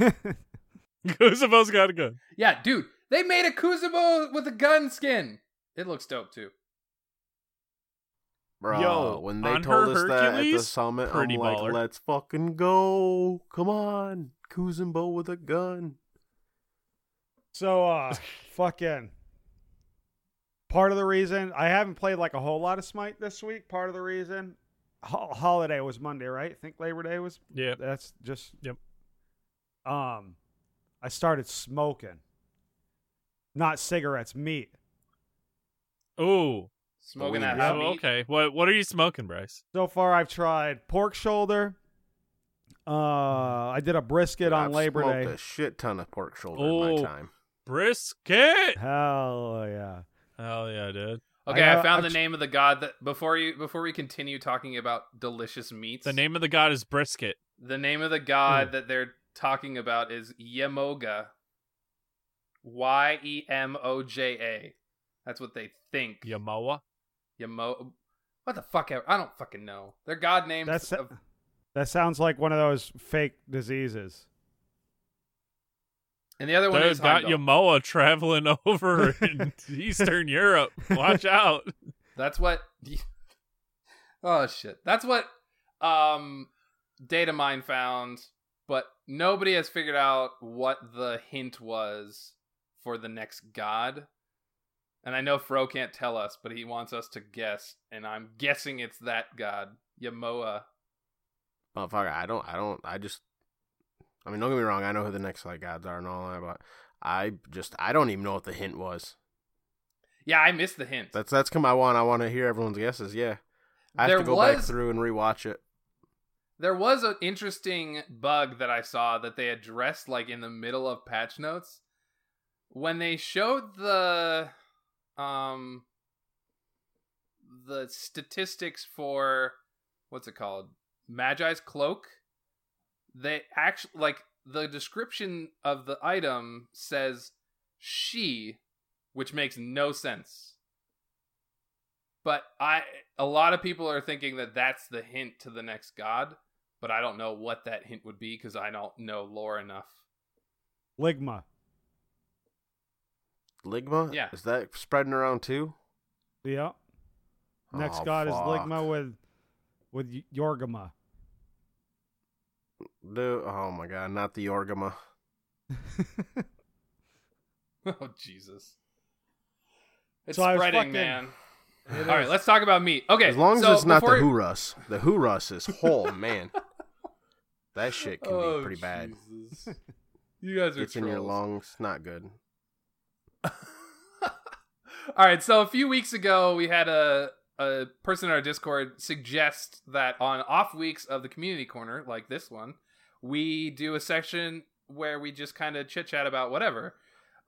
Speaker 2: Kuzubo's got a gun.
Speaker 5: Yeah, dude, they made a Kuzubo with a gun skin. It looks dope too.
Speaker 4: Bro,
Speaker 2: Yo,
Speaker 4: when they
Speaker 2: on
Speaker 4: told
Speaker 2: her
Speaker 4: us that at the
Speaker 2: Hercules,
Speaker 4: summit, I'm
Speaker 2: pretty
Speaker 4: like,
Speaker 2: baller.
Speaker 4: let's fucking go. Come on. Kuzumbo with a gun.
Speaker 3: So uh fucking part of the reason I haven't played like a whole lot of Smite this week, part of the reason ho- holiday was Monday, right? I think Labor Day was
Speaker 2: Yeah.
Speaker 3: that's just
Speaker 2: Yep.
Speaker 3: Um I started smoking. Not cigarettes, meat.
Speaker 2: Ooh.
Speaker 5: Smoking that
Speaker 4: Weird.
Speaker 5: hot
Speaker 2: So,
Speaker 5: meat.
Speaker 2: Oh, okay. What what are you smoking, Bryce?
Speaker 3: So far I've tried pork shoulder. Uh I did a brisket on
Speaker 4: I've
Speaker 3: Labor
Speaker 4: smoked
Speaker 3: Day.
Speaker 4: a shit ton of pork shoulder in
Speaker 2: Oh.
Speaker 4: my time.
Speaker 2: Brisket.
Speaker 3: Hell yeah.
Speaker 2: Hell yeah, dude.
Speaker 5: Okay,
Speaker 3: I
Speaker 5: I,
Speaker 3: got-
Speaker 5: found
Speaker 3: I
Speaker 5: the
Speaker 3: ch-
Speaker 5: name of the god that before you before we continue talking about delicious meats.
Speaker 2: The name of the god is brisket.
Speaker 5: the name of the god that they're talking about is Yemoga. Y E M O J A. That's what they think.
Speaker 2: Yamoa.
Speaker 5: Yemo. What the fuck? ever- I don't fucking know. Their god names.
Speaker 3: That's
Speaker 5: of-
Speaker 3: that sounds like one of those fake diseases.
Speaker 5: and the other one is
Speaker 2: Dude, got
Speaker 5: Heimdall.
Speaker 2: Yamoa traveling over in Eastern Europe. Watch out.
Speaker 5: That's what. oh shit. That's what. Um, Datamine found, but nobody has figured out what the hint was for the next god. And I know Fro can't tell us, but he wants us to guess, and I'm guessing it's that god, Yamoa.
Speaker 4: Motherfucker, I don't, I don't, I just, I mean, don't get me wrong, I know who the next like gods are and all that, but I just, I don't even know what the hint was.
Speaker 5: Yeah, I missed the hint.
Speaker 4: That's, that's come I want, I want to hear everyone's guesses, yeah. I have
Speaker 5: There
Speaker 4: to go back
Speaker 5: was-
Speaker 4: through and rewatch it.
Speaker 5: There was an interesting bug that I saw that they addressed like in the middle of patch notes when they showed the um the statistics for what's it called Magi's cloak they actually like the description of the item says she which makes no sense but i a lot of people are thinking that that's the hint to the next god but i don't know what that hint would be because i don't know lore enough
Speaker 3: Ligma.
Speaker 4: Ligma?
Speaker 5: Yeah.
Speaker 4: Is that spreading around too?
Speaker 3: Yep. Next
Speaker 4: Oh,
Speaker 3: god is
Speaker 4: fuck.
Speaker 3: Ligma with with Y- Yorgama.
Speaker 4: Dude, oh my god, not the Orgama.
Speaker 5: oh jesus it's
Speaker 3: So I was
Speaker 5: spreading
Speaker 3: fucking-
Speaker 5: man all right let's talk about meat okay
Speaker 4: As long as
Speaker 5: so
Speaker 4: it's not the
Speaker 5: before-
Speaker 4: Hoorus. The Hoorus is whole, man. That shit can
Speaker 5: Oh,
Speaker 4: be pretty bad.
Speaker 5: Jesus. you guys are
Speaker 4: It's in your
Speaker 5: trolls.
Speaker 4: lungs. Not good.
Speaker 5: All right, so a few weeks ago, we had a a person in our Discord suggest that on off weeks of the community corner, like this one, we do a section where we just kind of chit chat about whatever.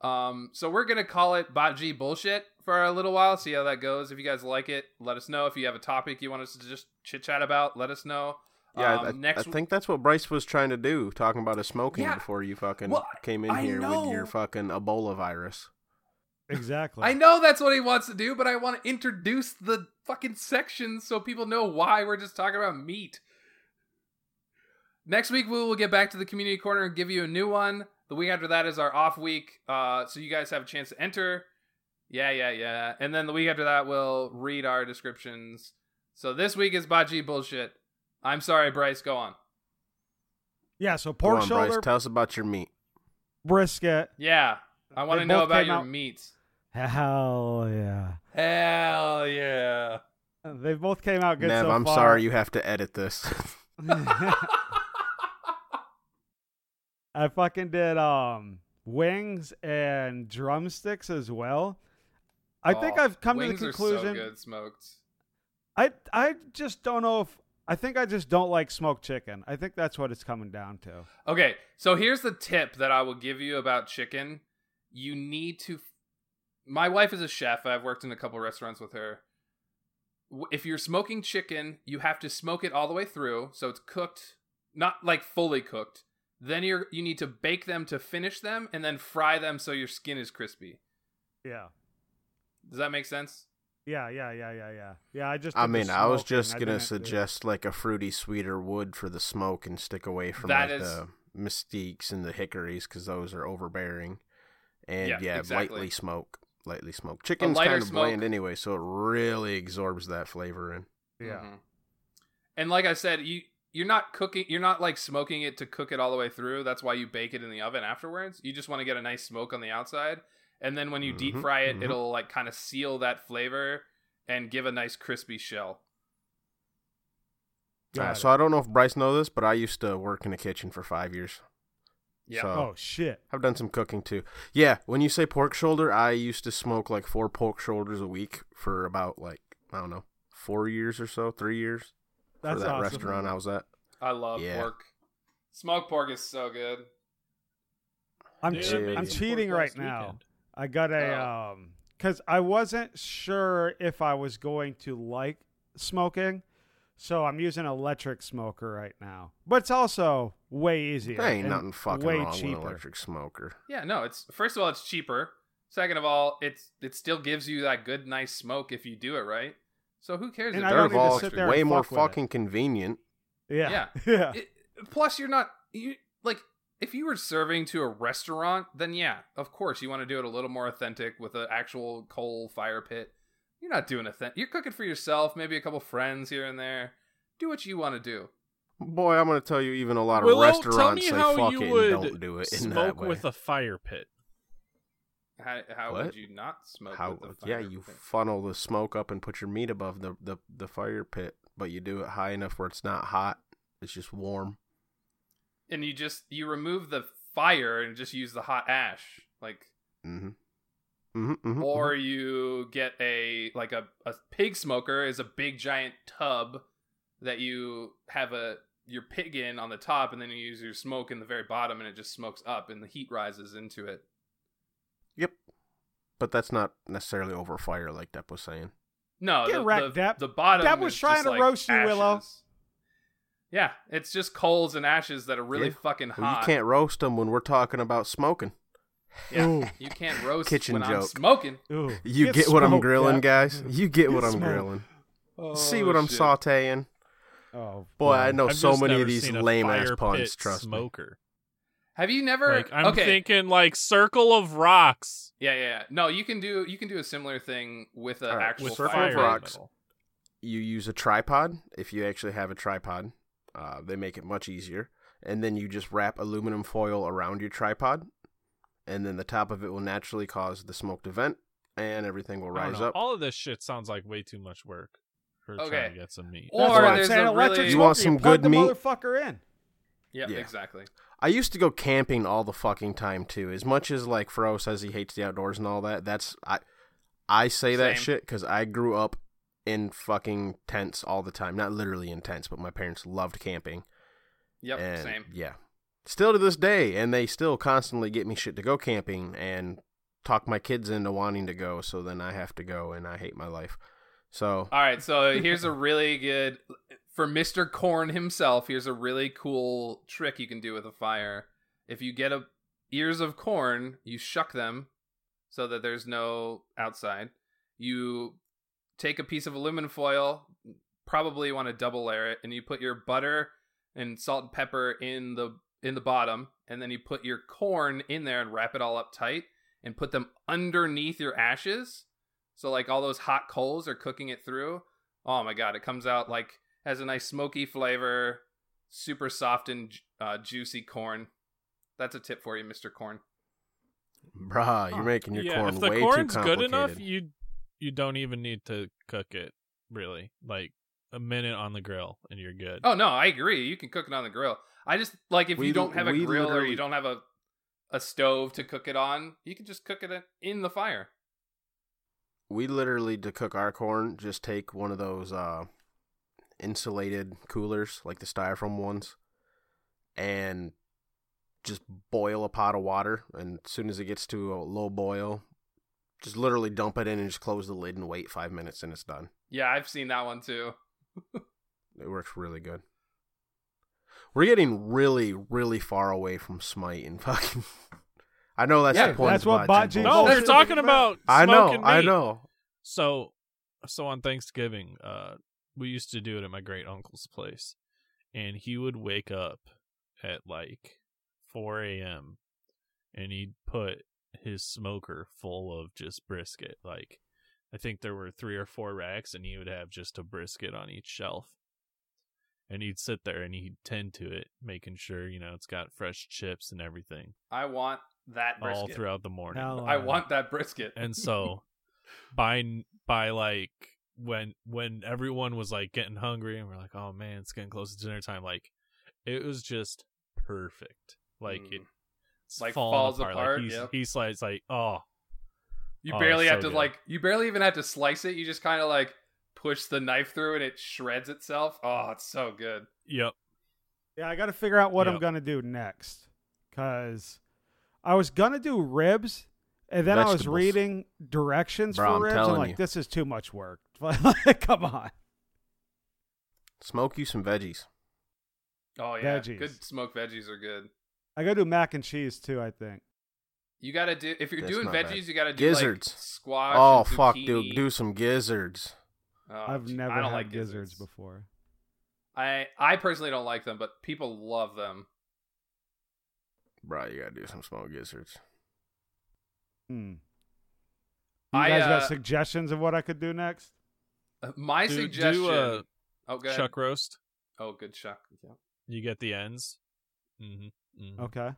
Speaker 5: Um, so we're gonna call it botg bullshit for a little while. See how that goes. If you guys like it, let us know. If you have a topic you want us to just chit chat about, let us know.
Speaker 4: Yeah,
Speaker 5: Um,
Speaker 4: I,
Speaker 5: next
Speaker 4: I think that's what Bryce was trying to do, talking about his smoking
Speaker 5: Yeah.
Speaker 4: before you fucking
Speaker 5: Well,
Speaker 4: came in
Speaker 5: I
Speaker 4: here
Speaker 5: know.
Speaker 4: with your fucking Ebola virus.
Speaker 3: Exactly.
Speaker 5: I know that's what he wants to do, but I want to introduce the fucking section so people know why we're just talking about meat. Next week we will get back to the community corner and give you a new one. The week after that is our off week, uh, so you guys have a chance to enter. Yeah, yeah, yeah. And then the week after that we'll read our descriptions. So this week is Baji bullshit. I'm sorry, Bryce. Go on.
Speaker 3: Yeah, so
Speaker 4: Go
Speaker 3: pork
Speaker 4: on,
Speaker 3: shoulder,
Speaker 4: Bryce, tell us about your meat.
Speaker 3: brisket.
Speaker 5: Yeah, I want
Speaker 3: They
Speaker 5: to know
Speaker 3: both
Speaker 5: about
Speaker 3: came
Speaker 5: your
Speaker 3: out-
Speaker 5: meats.
Speaker 3: Hell yeah.
Speaker 5: Hell yeah.
Speaker 3: They both came out good
Speaker 4: Nev,
Speaker 3: so
Speaker 4: I'm
Speaker 3: far.
Speaker 4: sorry you have to edit this.
Speaker 3: I fucking did um wings and drumsticks as well. I think
Speaker 5: Oh,
Speaker 3: I've come to the
Speaker 5: wings
Speaker 3: conclusion.
Speaker 5: Are so good smoked.
Speaker 3: I I just don't know if I think I just don't like smoked chicken. I think that's what it's coming down to.
Speaker 5: Okay, so here's the tip that I will give you about chicken. You need to. My wife is a chef. I've worked in a couple restaurants with her. W- If you're smoking chicken, you have to smoke it all the way through, so it's cooked, not like fully cooked. Then you're you need to bake them to finish them, and then fry them so your skin is crispy.
Speaker 3: Yeah.
Speaker 5: Does that make sense?
Speaker 3: Yeah, yeah, yeah, yeah, yeah. Yeah, I just
Speaker 4: I
Speaker 3: did the
Speaker 4: mean, I was
Speaker 3: smoking.
Speaker 4: just
Speaker 3: I
Speaker 4: gonna
Speaker 3: didn't do-
Speaker 4: suggest like a fruity, sweeter wood for the smoke and stick away from
Speaker 5: That
Speaker 4: like,
Speaker 5: is-
Speaker 4: the mystiques and the hickories because those are overbearing. And
Speaker 5: Yeah,
Speaker 4: yeah,
Speaker 5: exactly.
Speaker 4: lightly smoke, lightly smoke. Chicken's
Speaker 5: lighter
Speaker 4: kind of
Speaker 5: smoke.
Speaker 4: bland anyway, so it really absorbs that flavor in.
Speaker 3: Yeah.
Speaker 5: Mhm. And like I said, you you're not cooking you're not like smoking it to cook it all the way through. That's why you bake it in the oven afterwards. You just want to get a nice smoke on the outside. And then when you deep
Speaker 4: Mhm,
Speaker 5: fry it,
Speaker 4: mhm.
Speaker 5: it'll like kind of seal that flavor and give a nice crispy shell.
Speaker 3: Got
Speaker 4: Uh,
Speaker 3: it.
Speaker 4: so I don't know if Bryce knows this, but I used to work in a kitchen for five years.
Speaker 5: Yeah.
Speaker 4: So
Speaker 3: Oh shit.
Speaker 4: I've done some cooking too. Yeah, when you say pork shoulder, I used to smoke like four pork shoulders a week for about like I don't know four years or so, three years
Speaker 3: That's
Speaker 4: for that
Speaker 3: awesome.
Speaker 4: restaurant I was at.
Speaker 5: I love
Speaker 4: Yeah.
Speaker 5: pork. Smoked pork is so good.
Speaker 3: I'm
Speaker 2: Dude,
Speaker 3: che-
Speaker 2: I made
Speaker 3: I'm
Speaker 2: some pork
Speaker 3: cheating right
Speaker 2: last
Speaker 3: now.
Speaker 2: weekend.
Speaker 3: I got a
Speaker 5: Oh.
Speaker 3: um because I wasn't sure if I was going to like smoking, so I'm using an electric smoker right now. But it's also way easier.
Speaker 4: There ain't
Speaker 3: and
Speaker 4: nothing fucking
Speaker 3: way
Speaker 4: wrong
Speaker 3: cheaper.
Speaker 4: with an electric smoker.
Speaker 5: Yeah, no, it's first of all it's cheaper. Second of all, it's it still gives you that good nice smoke if you do it right. So who cares?
Speaker 3: And
Speaker 5: if
Speaker 3: I
Speaker 4: Third
Speaker 5: they're
Speaker 3: don't
Speaker 4: of
Speaker 3: need to
Speaker 4: all,
Speaker 5: extra?
Speaker 3: sit
Speaker 4: it's
Speaker 3: there and
Speaker 4: way more
Speaker 3: fuck with it.
Speaker 4: fucking convenient.
Speaker 3: Yeah.
Speaker 5: Yeah.
Speaker 3: Yeah.
Speaker 5: It- plus you're not you like if you were serving to a restaurant then yeah of course you want to do it a little more authentic with an actual coal fire pit you're not doing a thing you're cooking for yourself maybe a couple friends here and there do what you want to do
Speaker 4: Boy, I'm gonna tell you, even a lot of
Speaker 2: Willow, tell
Speaker 4: restaurants
Speaker 2: me
Speaker 4: say
Speaker 2: how
Speaker 4: fuck
Speaker 2: you
Speaker 4: it and
Speaker 2: would
Speaker 4: don't do it in
Speaker 2: smoke
Speaker 4: that way.
Speaker 2: with a fire pit.
Speaker 5: how, how would
Speaker 4: What?
Speaker 5: you not smoke
Speaker 4: how?
Speaker 5: with the
Speaker 4: Yeah,
Speaker 5: fire
Speaker 4: you
Speaker 5: pit?
Speaker 4: funnel the smoke up and put your meat above the, the the fire pit, but you do it high enough where it's not hot. It's just warm.
Speaker 5: and you just you remove the fire and just use the hot ash like
Speaker 4: Mm-hmm. Mm-hmm, mm-hmm.
Speaker 5: or you get a like a, a pig smoker is a big giant tub that you have a your pig in on the top, and then you use your smoke in the very bottom, and it just smokes up, and the heat rises into it.
Speaker 4: Yep. But that's not necessarily over fire like Depp was saying.
Speaker 5: No,
Speaker 3: Get
Speaker 5: the,
Speaker 3: wrecked,
Speaker 5: the,
Speaker 3: Depp.
Speaker 5: the bottom.
Speaker 3: Depp was
Speaker 5: is
Speaker 3: trying
Speaker 5: just
Speaker 3: to
Speaker 5: like
Speaker 3: roast you, Willow.
Speaker 5: ashes. Yeah, it's just coals and ashes that are really
Speaker 4: Yeah.
Speaker 5: fucking
Speaker 4: Well,
Speaker 5: hot.
Speaker 4: you can't roast them when we're talking about smoking.
Speaker 5: Yeah,
Speaker 3: Ooh.
Speaker 5: you can't roast
Speaker 4: Kitchen
Speaker 5: when I'm
Speaker 4: joke.
Speaker 5: smoking.
Speaker 3: Ooh,
Speaker 4: You get, what I'm
Speaker 3: smoked,
Speaker 4: grilling,
Speaker 3: Depp.
Speaker 4: guys. You get
Speaker 3: Get
Speaker 4: what I'm
Speaker 3: smoked.
Speaker 4: grilling. See what I'm
Speaker 5: Oh, shit.
Speaker 4: sauteing.
Speaker 3: Oh
Speaker 4: Boy,
Speaker 3: man.
Speaker 4: I know
Speaker 2: Oh, I've
Speaker 4: so
Speaker 2: just
Speaker 4: many
Speaker 2: never
Speaker 4: of these
Speaker 2: seen a
Speaker 4: lame ass
Speaker 2: fire
Speaker 4: puns.
Speaker 2: pit
Speaker 4: Trust me.
Speaker 2: smoker.
Speaker 5: Have you never?
Speaker 2: Like I'm
Speaker 5: okay.
Speaker 2: thinking like circle of rocks
Speaker 5: yeah, yeah, yeah. No, you can do you can do a similar thing with an
Speaker 4: All right,
Speaker 5: actual
Speaker 2: with
Speaker 4: Circle of
Speaker 5: fire
Speaker 2: fire
Speaker 5: pit.
Speaker 4: rocks. You use a tripod if you actually have a tripod. Uh, they make it much easier. And then you just wrap aluminum foil around your tripod, and then the top of it will naturally cause the smoke to vent, and everything will
Speaker 2: I don't
Speaker 4: rise
Speaker 2: know.
Speaker 4: up.
Speaker 2: All of this shit sounds like way too much work for
Speaker 5: Okay.
Speaker 2: trying to get some meat.
Speaker 5: Or
Speaker 3: That's what I'm
Speaker 5: there's
Speaker 3: saying,
Speaker 5: a
Speaker 3: electric
Speaker 5: really-
Speaker 4: You want
Speaker 3: smoker,
Speaker 4: some
Speaker 3: plug
Speaker 4: good
Speaker 3: the
Speaker 4: meat?
Speaker 3: motherfucker in.
Speaker 5: Yep,
Speaker 4: Yeah.
Speaker 5: exactly.
Speaker 4: I used to go camping all the fucking time too. As much as like Fro says he hates the outdoors and all that, that's I I say that
Speaker 5: Same.
Speaker 4: shit because I grew up in fucking tents all the time. Not literally in tents, but my parents loved camping.
Speaker 5: Yep,
Speaker 4: and
Speaker 5: same.
Speaker 4: Yeah, still to this day, and they still constantly get me shit to go camping and talk my kids into wanting to go. So then I have to go, and I hate my life. So
Speaker 5: All right, so here's a really good for Mr. Corn himself. Here's a really cool trick you can do with a fire. If you get a ears of corn, you shuck them so that there's no outside. You take a piece of aluminum foil, probably want to double layer it, and you put your butter and salt and pepper in the in the bottom, and then you put your corn in there and wrap it all up tight and put them underneath your ashes. So like all those hot coals are cooking it through. Oh my god, it comes out like has a nice smoky flavor, super soft and ju- uh, juicy corn. That's a tip for you, Mr. Corn.
Speaker 4: bruh, you're making your
Speaker 2: yeah,
Speaker 4: corn
Speaker 2: if the
Speaker 4: way
Speaker 2: corn's
Speaker 4: too
Speaker 2: good
Speaker 4: complicated.
Speaker 2: enough, you you don't even need to cook it really. Like a minute on the grill and you're good.
Speaker 5: Oh no, I agree. You can cook it on the grill. I just like if
Speaker 4: We
Speaker 5: you don't
Speaker 4: l-
Speaker 5: have a
Speaker 4: we
Speaker 5: grill or
Speaker 4: literally-
Speaker 5: you don't have a a stove to cook it on, you can just cook it in- in the fire.
Speaker 4: we literally to cook our corn just take one of those uh insulated coolers like the styrofoam ones and just boil a pot of water and as soon as it gets to a low boil just literally dump it in and just close the lid and wait five minutes and it's done
Speaker 5: Yeah, I've seen that one too.
Speaker 4: it works really good we're getting really really far away from smite and fucking i know that's
Speaker 5: Yeah,
Speaker 4: the point
Speaker 3: that's
Speaker 4: of
Speaker 3: what Botched
Speaker 4: Botched
Speaker 2: no,
Speaker 4: bullshit.
Speaker 2: we're
Speaker 3: Bullshit.
Speaker 2: talking about
Speaker 4: i know
Speaker 2: smoking
Speaker 4: i
Speaker 2: meat.
Speaker 4: know
Speaker 2: So, so on Thanksgiving, uh, we used to do it at my great uncle's place, and he would wake up at like 4 a.m. and he'd put his smoker full of just brisket. Like, I think there were three or four racks, and he would have just a brisket on each shelf. And he'd sit there and he'd tend to it, making sure you know it's got fresh chips and everything
Speaker 5: I want that
Speaker 2: all
Speaker 5: brisket.
Speaker 2: throughout the morning
Speaker 3: Now,
Speaker 5: I
Speaker 3: uh,
Speaker 5: want that brisket.
Speaker 2: and so by by like when when everyone was like getting hungry and we're like oh man it's getting close to dinner time like it was just perfect like it
Speaker 5: Mm.
Speaker 2: it's
Speaker 5: Like,
Speaker 2: falling
Speaker 5: falls
Speaker 2: apart,
Speaker 5: apart,
Speaker 2: like he's,
Speaker 5: yep.
Speaker 2: he slides like oh
Speaker 5: You
Speaker 2: Oh,
Speaker 5: barely
Speaker 2: it's
Speaker 5: have
Speaker 2: so
Speaker 5: to
Speaker 2: good.
Speaker 5: like you barely even have to slice it. You just kind of like push the knife through and it shreds itself. Oh, it's so good.
Speaker 2: yep
Speaker 3: Yeah, I got to figure out what I'm
Speaker 2: Yep.
Speaker 3: gonna do next because I was gonna do ribs, and then I was
Speaker 4: Vegetables.
Speaker 3: reading directions
Speaker 4: Bro, I'm
Speaker 3: for ribs. I'm
Speaker 4: telling
Speaker 3: like,
Speaker 4: you.
Speaker 3: this is too much work. Come on.
Speaker 4: smoke you some veggies
Speaker 5: Oh yeah.
Speaker 3: Veggies.
Speaker 5: Good smoked veggies are good.
Speaker 3: I gotta do mac and cheese too. I think.
Speaker 5: You got to do if you're
Speaker 4: That's
Speaker 5: doing
Speaker 4: not bad.
Speaker 5: veggies, you got to do
Speaker 4: Gizzards.
Speaker 5: like squash.
Speaker 4: Oh
Speaker 5: and
Speaker 4: fuck,
Speaker 5: zucchini.
Speaker 4: dude! Do some gizzards.
Speaker 5: Oh,
Speaker 3: I've
Speaker 5: gee,
Speaker 3: never
Speaker 5: I don't
Speaker 3: had
Speaker 5: like
Speaker 3: gizzards.
Speaker 5: gizzards
Speaker 3: before.
Speaker 5: I I personally don't like them, but people love them.
Speaker 4: Bro, you gotta do some small gizzards.
Speaker 3: Hmm. You
Speaker 5: I
Speaker 3: guys got
Speaker 5: uh,
Speaker 3: suggestions of what I could do next?
Speaker 5: my
Speaker 2: Do- do,
Speaker 5: suggestion.
Speaker 2: uh,
Speaker 5: oh, good.
Speaker 2: chuck roast
Speaker 5: Oh, good chuck. Yeah.
Speaker 2: you get the ends mm-hmm, mm-hmm.
Speaker 3: Okay.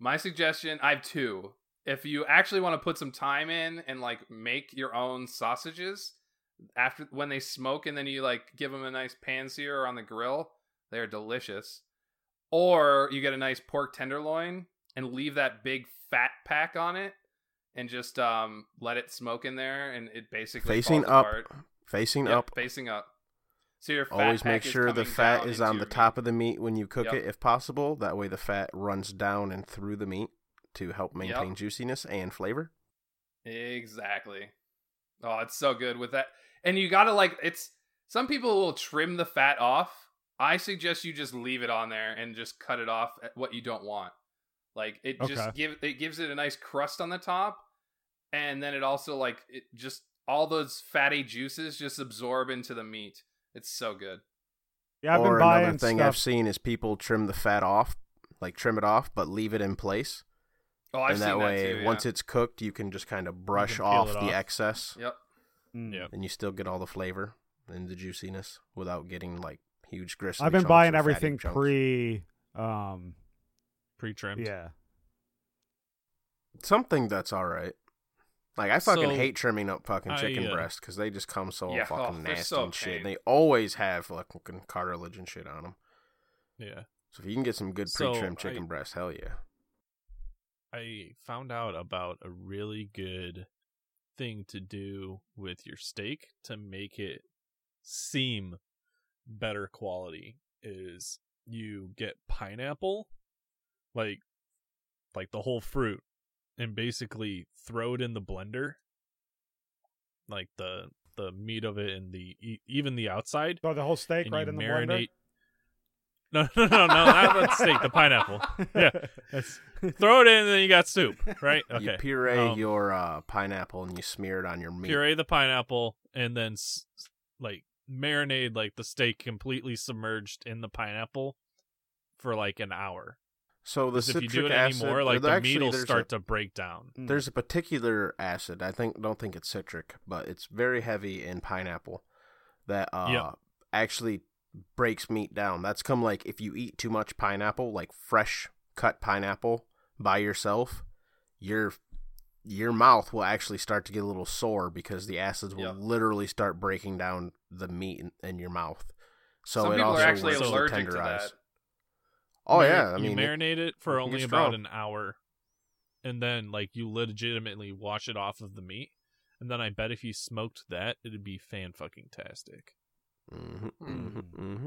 Speaker 5: My suggestion, I have two. If you actually want to put some time in and like make your own sausages after when they smoke and then you like give them a nice pan sear on the grill, they're delicious. Or you get a nice pork tenderloin and leave that big fat pack on it and just um let it smoke in there and it basically
Speaker 4: Facing
Speaker 5: falls
Speaker 4: up,
Speaker 5: apart.
Speaker 4: facing
Speaker 5: Yep,
Speaker 4: up.
Speaker 5: facing up. So your fat
Speaker 4: Always
Speaker 5: pack
Speaker 4: make
Speaker 5: is
Speaker 4: sure the
Speaker 5: coming
Speaker 4: fat
Speaker 5: down
Speaker 4: is
Speaker 5: into
Speaker 4: on the
Speaker 5: your meat.
Speaker 4: top of the meat when you cook
Speaker 5: Yep.
Speaker 4: it, if possible. That way, the fat runs down and through the meat to help maintain
Speaker 5: Yep.
Speaker 4: juiciness and flavor.
Speaker 5: Exactly. Oh, it's so good with that. And you gotta like it's some people will trim the fat off. I suggest you just leave it on there and just cut it off at what you don't want. Like it
Speaker 3: Okay.
Speaker 5: just give it gives it a nice crust on the top, and then it also like it just all those fatty juices just absorb into the meat. It's so good.
Speaker 3: Yeah, I've
Speaker 4: or
Speaker 3: been
Speaker 4: another
Speaker 3: buying
Speaker 4: thing
Speaker 3: stuff.
Speaker 4: I've seen is people trim the fat off, like trim it off, but leave it in place.
Speaker 5: Oh, I've
Speaker 4: and
Speaker 5: seen
Speaker 4: that way,
Speaker 5: too, yeah.
Speaker 4: once it's cooked, you can just kind of brush
Speaker 2: peel
Speaker 4: off
Speaker 2: it
Speaker 4: the
Speaker 2: off.
Speaker 4: excess,
Speaker 5: Yep.
Speaker 3: Mm.
Speaker 2: Yeah.
Speaker 4: and you still get all the flavor and the juiciness without getting like huge gristly.
Speaker 3: I've been
Speaker 4: chunks or
Speaker 3: buying
Speaker 4: fatty
Speaker 3: everything
Speaker 4: chunks.
Speaker 3: pre. Um,
Speaker 2: pre-trimmed.
Speaker 3: yeah.
Speaker 4: Something that's all right. Like I fucking
Speaker 2: So,
Speaker 4: hate trimming up fucking
Speaker 2: I,
Speaker 4: chicken
Speaker 2: uh,
Speaker 4: breast because they just come so
Speaker 5: Yeah,
Speaker 4: fucking
Speaker 5: oh, they're
Speaker 4: nasty
Speaker 5: so
Speaker 4: and shit.
Speaker 5: pain.
Speaker 4: And they always have fucking cartilage and shit on them.
Speaker 2: Yeah.
Speaker 4: So if you can get some good
Speaker 2: So,
Speaker 4: pre-trimmed
Speaker 2: I-
Speaker 4: chicken breast, hell yeah.
Speaker 2: I found out about a really good thing to do with your steak to make it seem better quality is you get pineapple like like the whole fruit and basically throw it in the blender like the the meat of it and the e- even the outside
Speaker 3: Throw the whole steak
Speaker 2: and
Speaker 3: right
Speaker 2: you
Speaker 3: in the
Speaker 2: marinate no no no no not that steak the pineapple
Speaker 3: blender.
Speaker 2: Yeah. throw it in and then you got soup right
Speaker 4: You puree
Speaker 2: um,
Speaker 4: your uh, pineapple and you smear it on your meat.
Speaker 2: puree the pineapple and then s- s- like marinade like the steak completely submerged in the pineapple for like an hour.
Speaker 4: So the
Speaker 2: 'Cause if you
Speaker 4: citric
Speaker 2: do it
Speaker 4: acid,
Speaker 2: anymore, like
Speaker 4: there-
Speaker 2: the
Speaker 4: actually,
Speaker 2: meat will
Speaker 4: there's
Speaker 2: start
Speaker 4: a,
Speaker 2: to break down.
Speaker 3: Mm.
Speaker 4: There's a particular acid. I think don't think it's citric, but it's very heavy in pineapple that uh,
Speaker 2: Yep.
Speaker 4: actually breaks meat down. That's come like if you eat too much pineapple, like fresh cut pineapple by yourself, your your mouth will actually start to get a little sore because the acids will
Speaker 5: Yep.
Speaker 4: literally start breaking down the meat in, in your mouth. So
Speaker 5: some
Speaker 4: it
Speaker 5: people are
Speaker 4: also
Speaker 5: actually
Speaker 4: works
Speaker 5: allergic
Speaker 4: to
Speaker 5: to
Speaker 4: tenderize.
Speaker 5: that.
Speaker 4: Oh
Speaker 2: Mar-
Speaker 4: yeah, I mean
Speaker 2: you
Speaker 4: it-
Speaker 2: marinate it for
Speaker 4: you can
Speaker 2: only
Speaker 4: get
Speaker 2: about
Speaker 4: strong.
Speaker 2: an hour, and then like you legitimately wash it off of the meat. And then I bet if you smoked that, it'd be fan fucking tastic.
Speaker 4: hmm
Speaker 3: Mm.
Speaker 4: hmm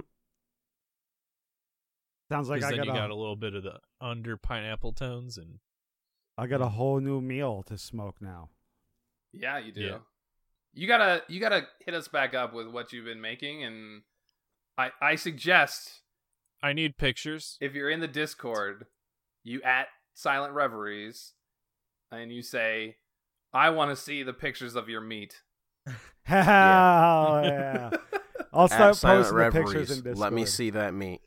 Speaker 3: Sounds like
Speaker 2: Because
Speaker 3: I
Speaker 2: then
Speaker 3: got,
Speaker 2: you
Speaker 3: a,
Speaker 2: got a little bit of the under pineapple tones, and
Speaker 3: I got a whole new meal to smoke now.
Speaker 5: Yeah, you do.
Speaker 2: Yeah.
Speaker 5: You gotta you gotta hit us back up with what you've been making, and I I suggest
Speaker 2: I need pictures.
Speaker 5: if you're in the Discord, you at Silent Reveries, and you say, "I want to see the pictures of your meat."
Speaker 3: Hell yeah! I'll
Speaker 4: mm-hmm.
Speaker 3: start
Speaker 4: At Silent
Speaker 3: posting the pictures in
Speaker 4: Reveries,
Speaker 3: Discord.
Speaker 4: let me see that meat.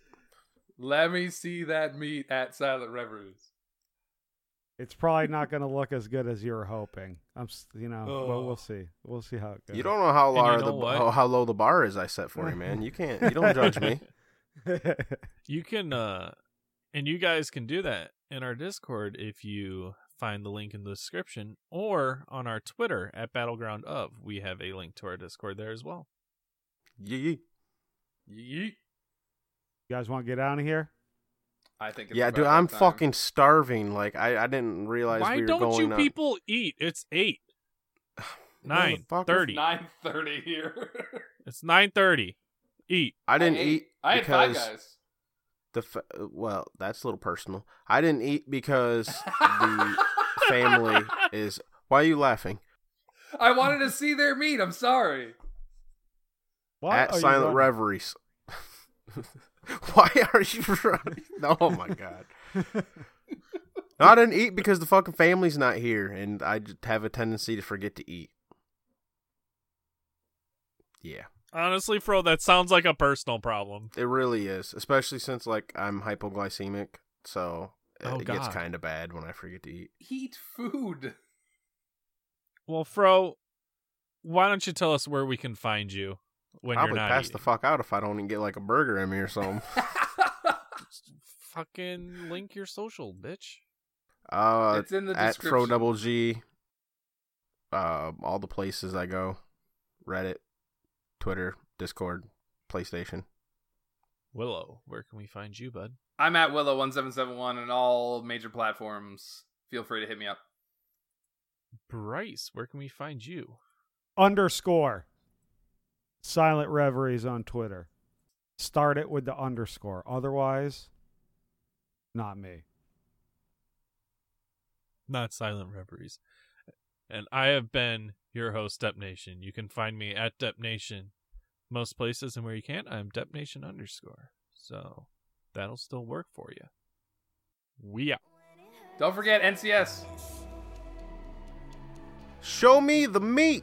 Speaker 5: Let me see that meat at Silent Reveries.
Speaker 3: It's probably not going to look as good as you were hoping. I'm, s- you know, but
Speaker 2: Oh.
Speaker 3: we'll see. We'll see how it goes.
Speaker 4: You don't know how
Speaker 2: And you
Speaker 4: low
Speaker 2: know
Speaker 4: the
Speaker 2: what?
Speaker 4: how, how low the bar is I set for you, man. You can't. You don't judge me.
Speaker 2: you can uh and you guys can do that in our discord if you find the link in the description or on our twitter at battleground of we have a link to our discord there as well
Speaker 4: Yee, yee.
Speaker 5: Yeet.
Speaker 3: you guys want to get out of here?
Speaker 5: I think. It's
Speaker 4: Yeah,
Speaker 5: about
Speaker 4: dude,
Speaker 5: that
Speaker 4: I'm
Speaker 5: time.
Speaker 4: fucking starving. Like I, I didn't realize
Speaker 2: why
Speaker 4: we were
Speaker 2: don't
Speaker 4: going
Speaker 2: you
Speaker 4: on-
Speaker 2: people eat it's 8 9
Speaker 4: Motherfucker.
Speaker 2: 30
Speaker 5: nine thirty here.
Speaker 2: it's 9 30 eat
Speaker 4: I didn't
Speaker 5: ate-
Speaker 4: eat
Speaker 5: I had five
Speaker 4: because
Speaker 5: guys.
Speaker 4: the fa- well, that's a little personal. I didn't eat because the family is. Why are you laughing?
Speaker 5: I wanted to see their meat. I'm sorry.
Speaker 3: What?
Speaker 4: At
Speaker 3: Oh, you
Speaker 4: Silent
Speaker 3: want-
Speaker 4: Reveries. Why are you running? Oh my god. No, I didn't eat because the fucking family's not here, and I just have a tendency to forget to eat. Yeah,
Speaker 2: honestly fro that sounds like a personal problem
Speaker 4: it really is, especially since like I'm hypoglycemic, so it,
Speaker 2: Oh,
Speaker 4: it gets
Speaker 2: God.
Speaker 4: kind of bad when I forget to eat.
Speaker 5: Eat food.
Speaker 2: well fro why don't you tell us where we can find you when you're
Speaker 4: Probably
Speaker 2: not
Speaker 4: pass
Speaker 2: eating?
Speaker 4: the fuck out if I don't even get like a burger in me or something.
Speaker 2: fucking link your social bitch
Speaker 4: Uh,
Speaker 5: it's in the
Speaker 4: at
Speaker 5: description.
Speaker 4: Fro Double G. Uh, all the places I go, Reddit, Twitter, Discord, PlayStation.
Speaker 2: willow where can we find you bud
Speaker 5: I'm at Willow1771 on all major platforms. Feel free to hit me up.
Speaker 2: Bryce, where can we find you?
Speaker 3: underscore Silent Reveries on Twitter. Start it with the underscore. Otherwise, not me.
Speaker 2: not silent reveries. And I have been your host, Dep Nation. You can find me at Dep Nation most places, and where you can't, I'm Dep Nation underscore. So that'll still work for you. We out.
Speaker 5: Don't forget NCS.
Speaker 4: Show me the meat.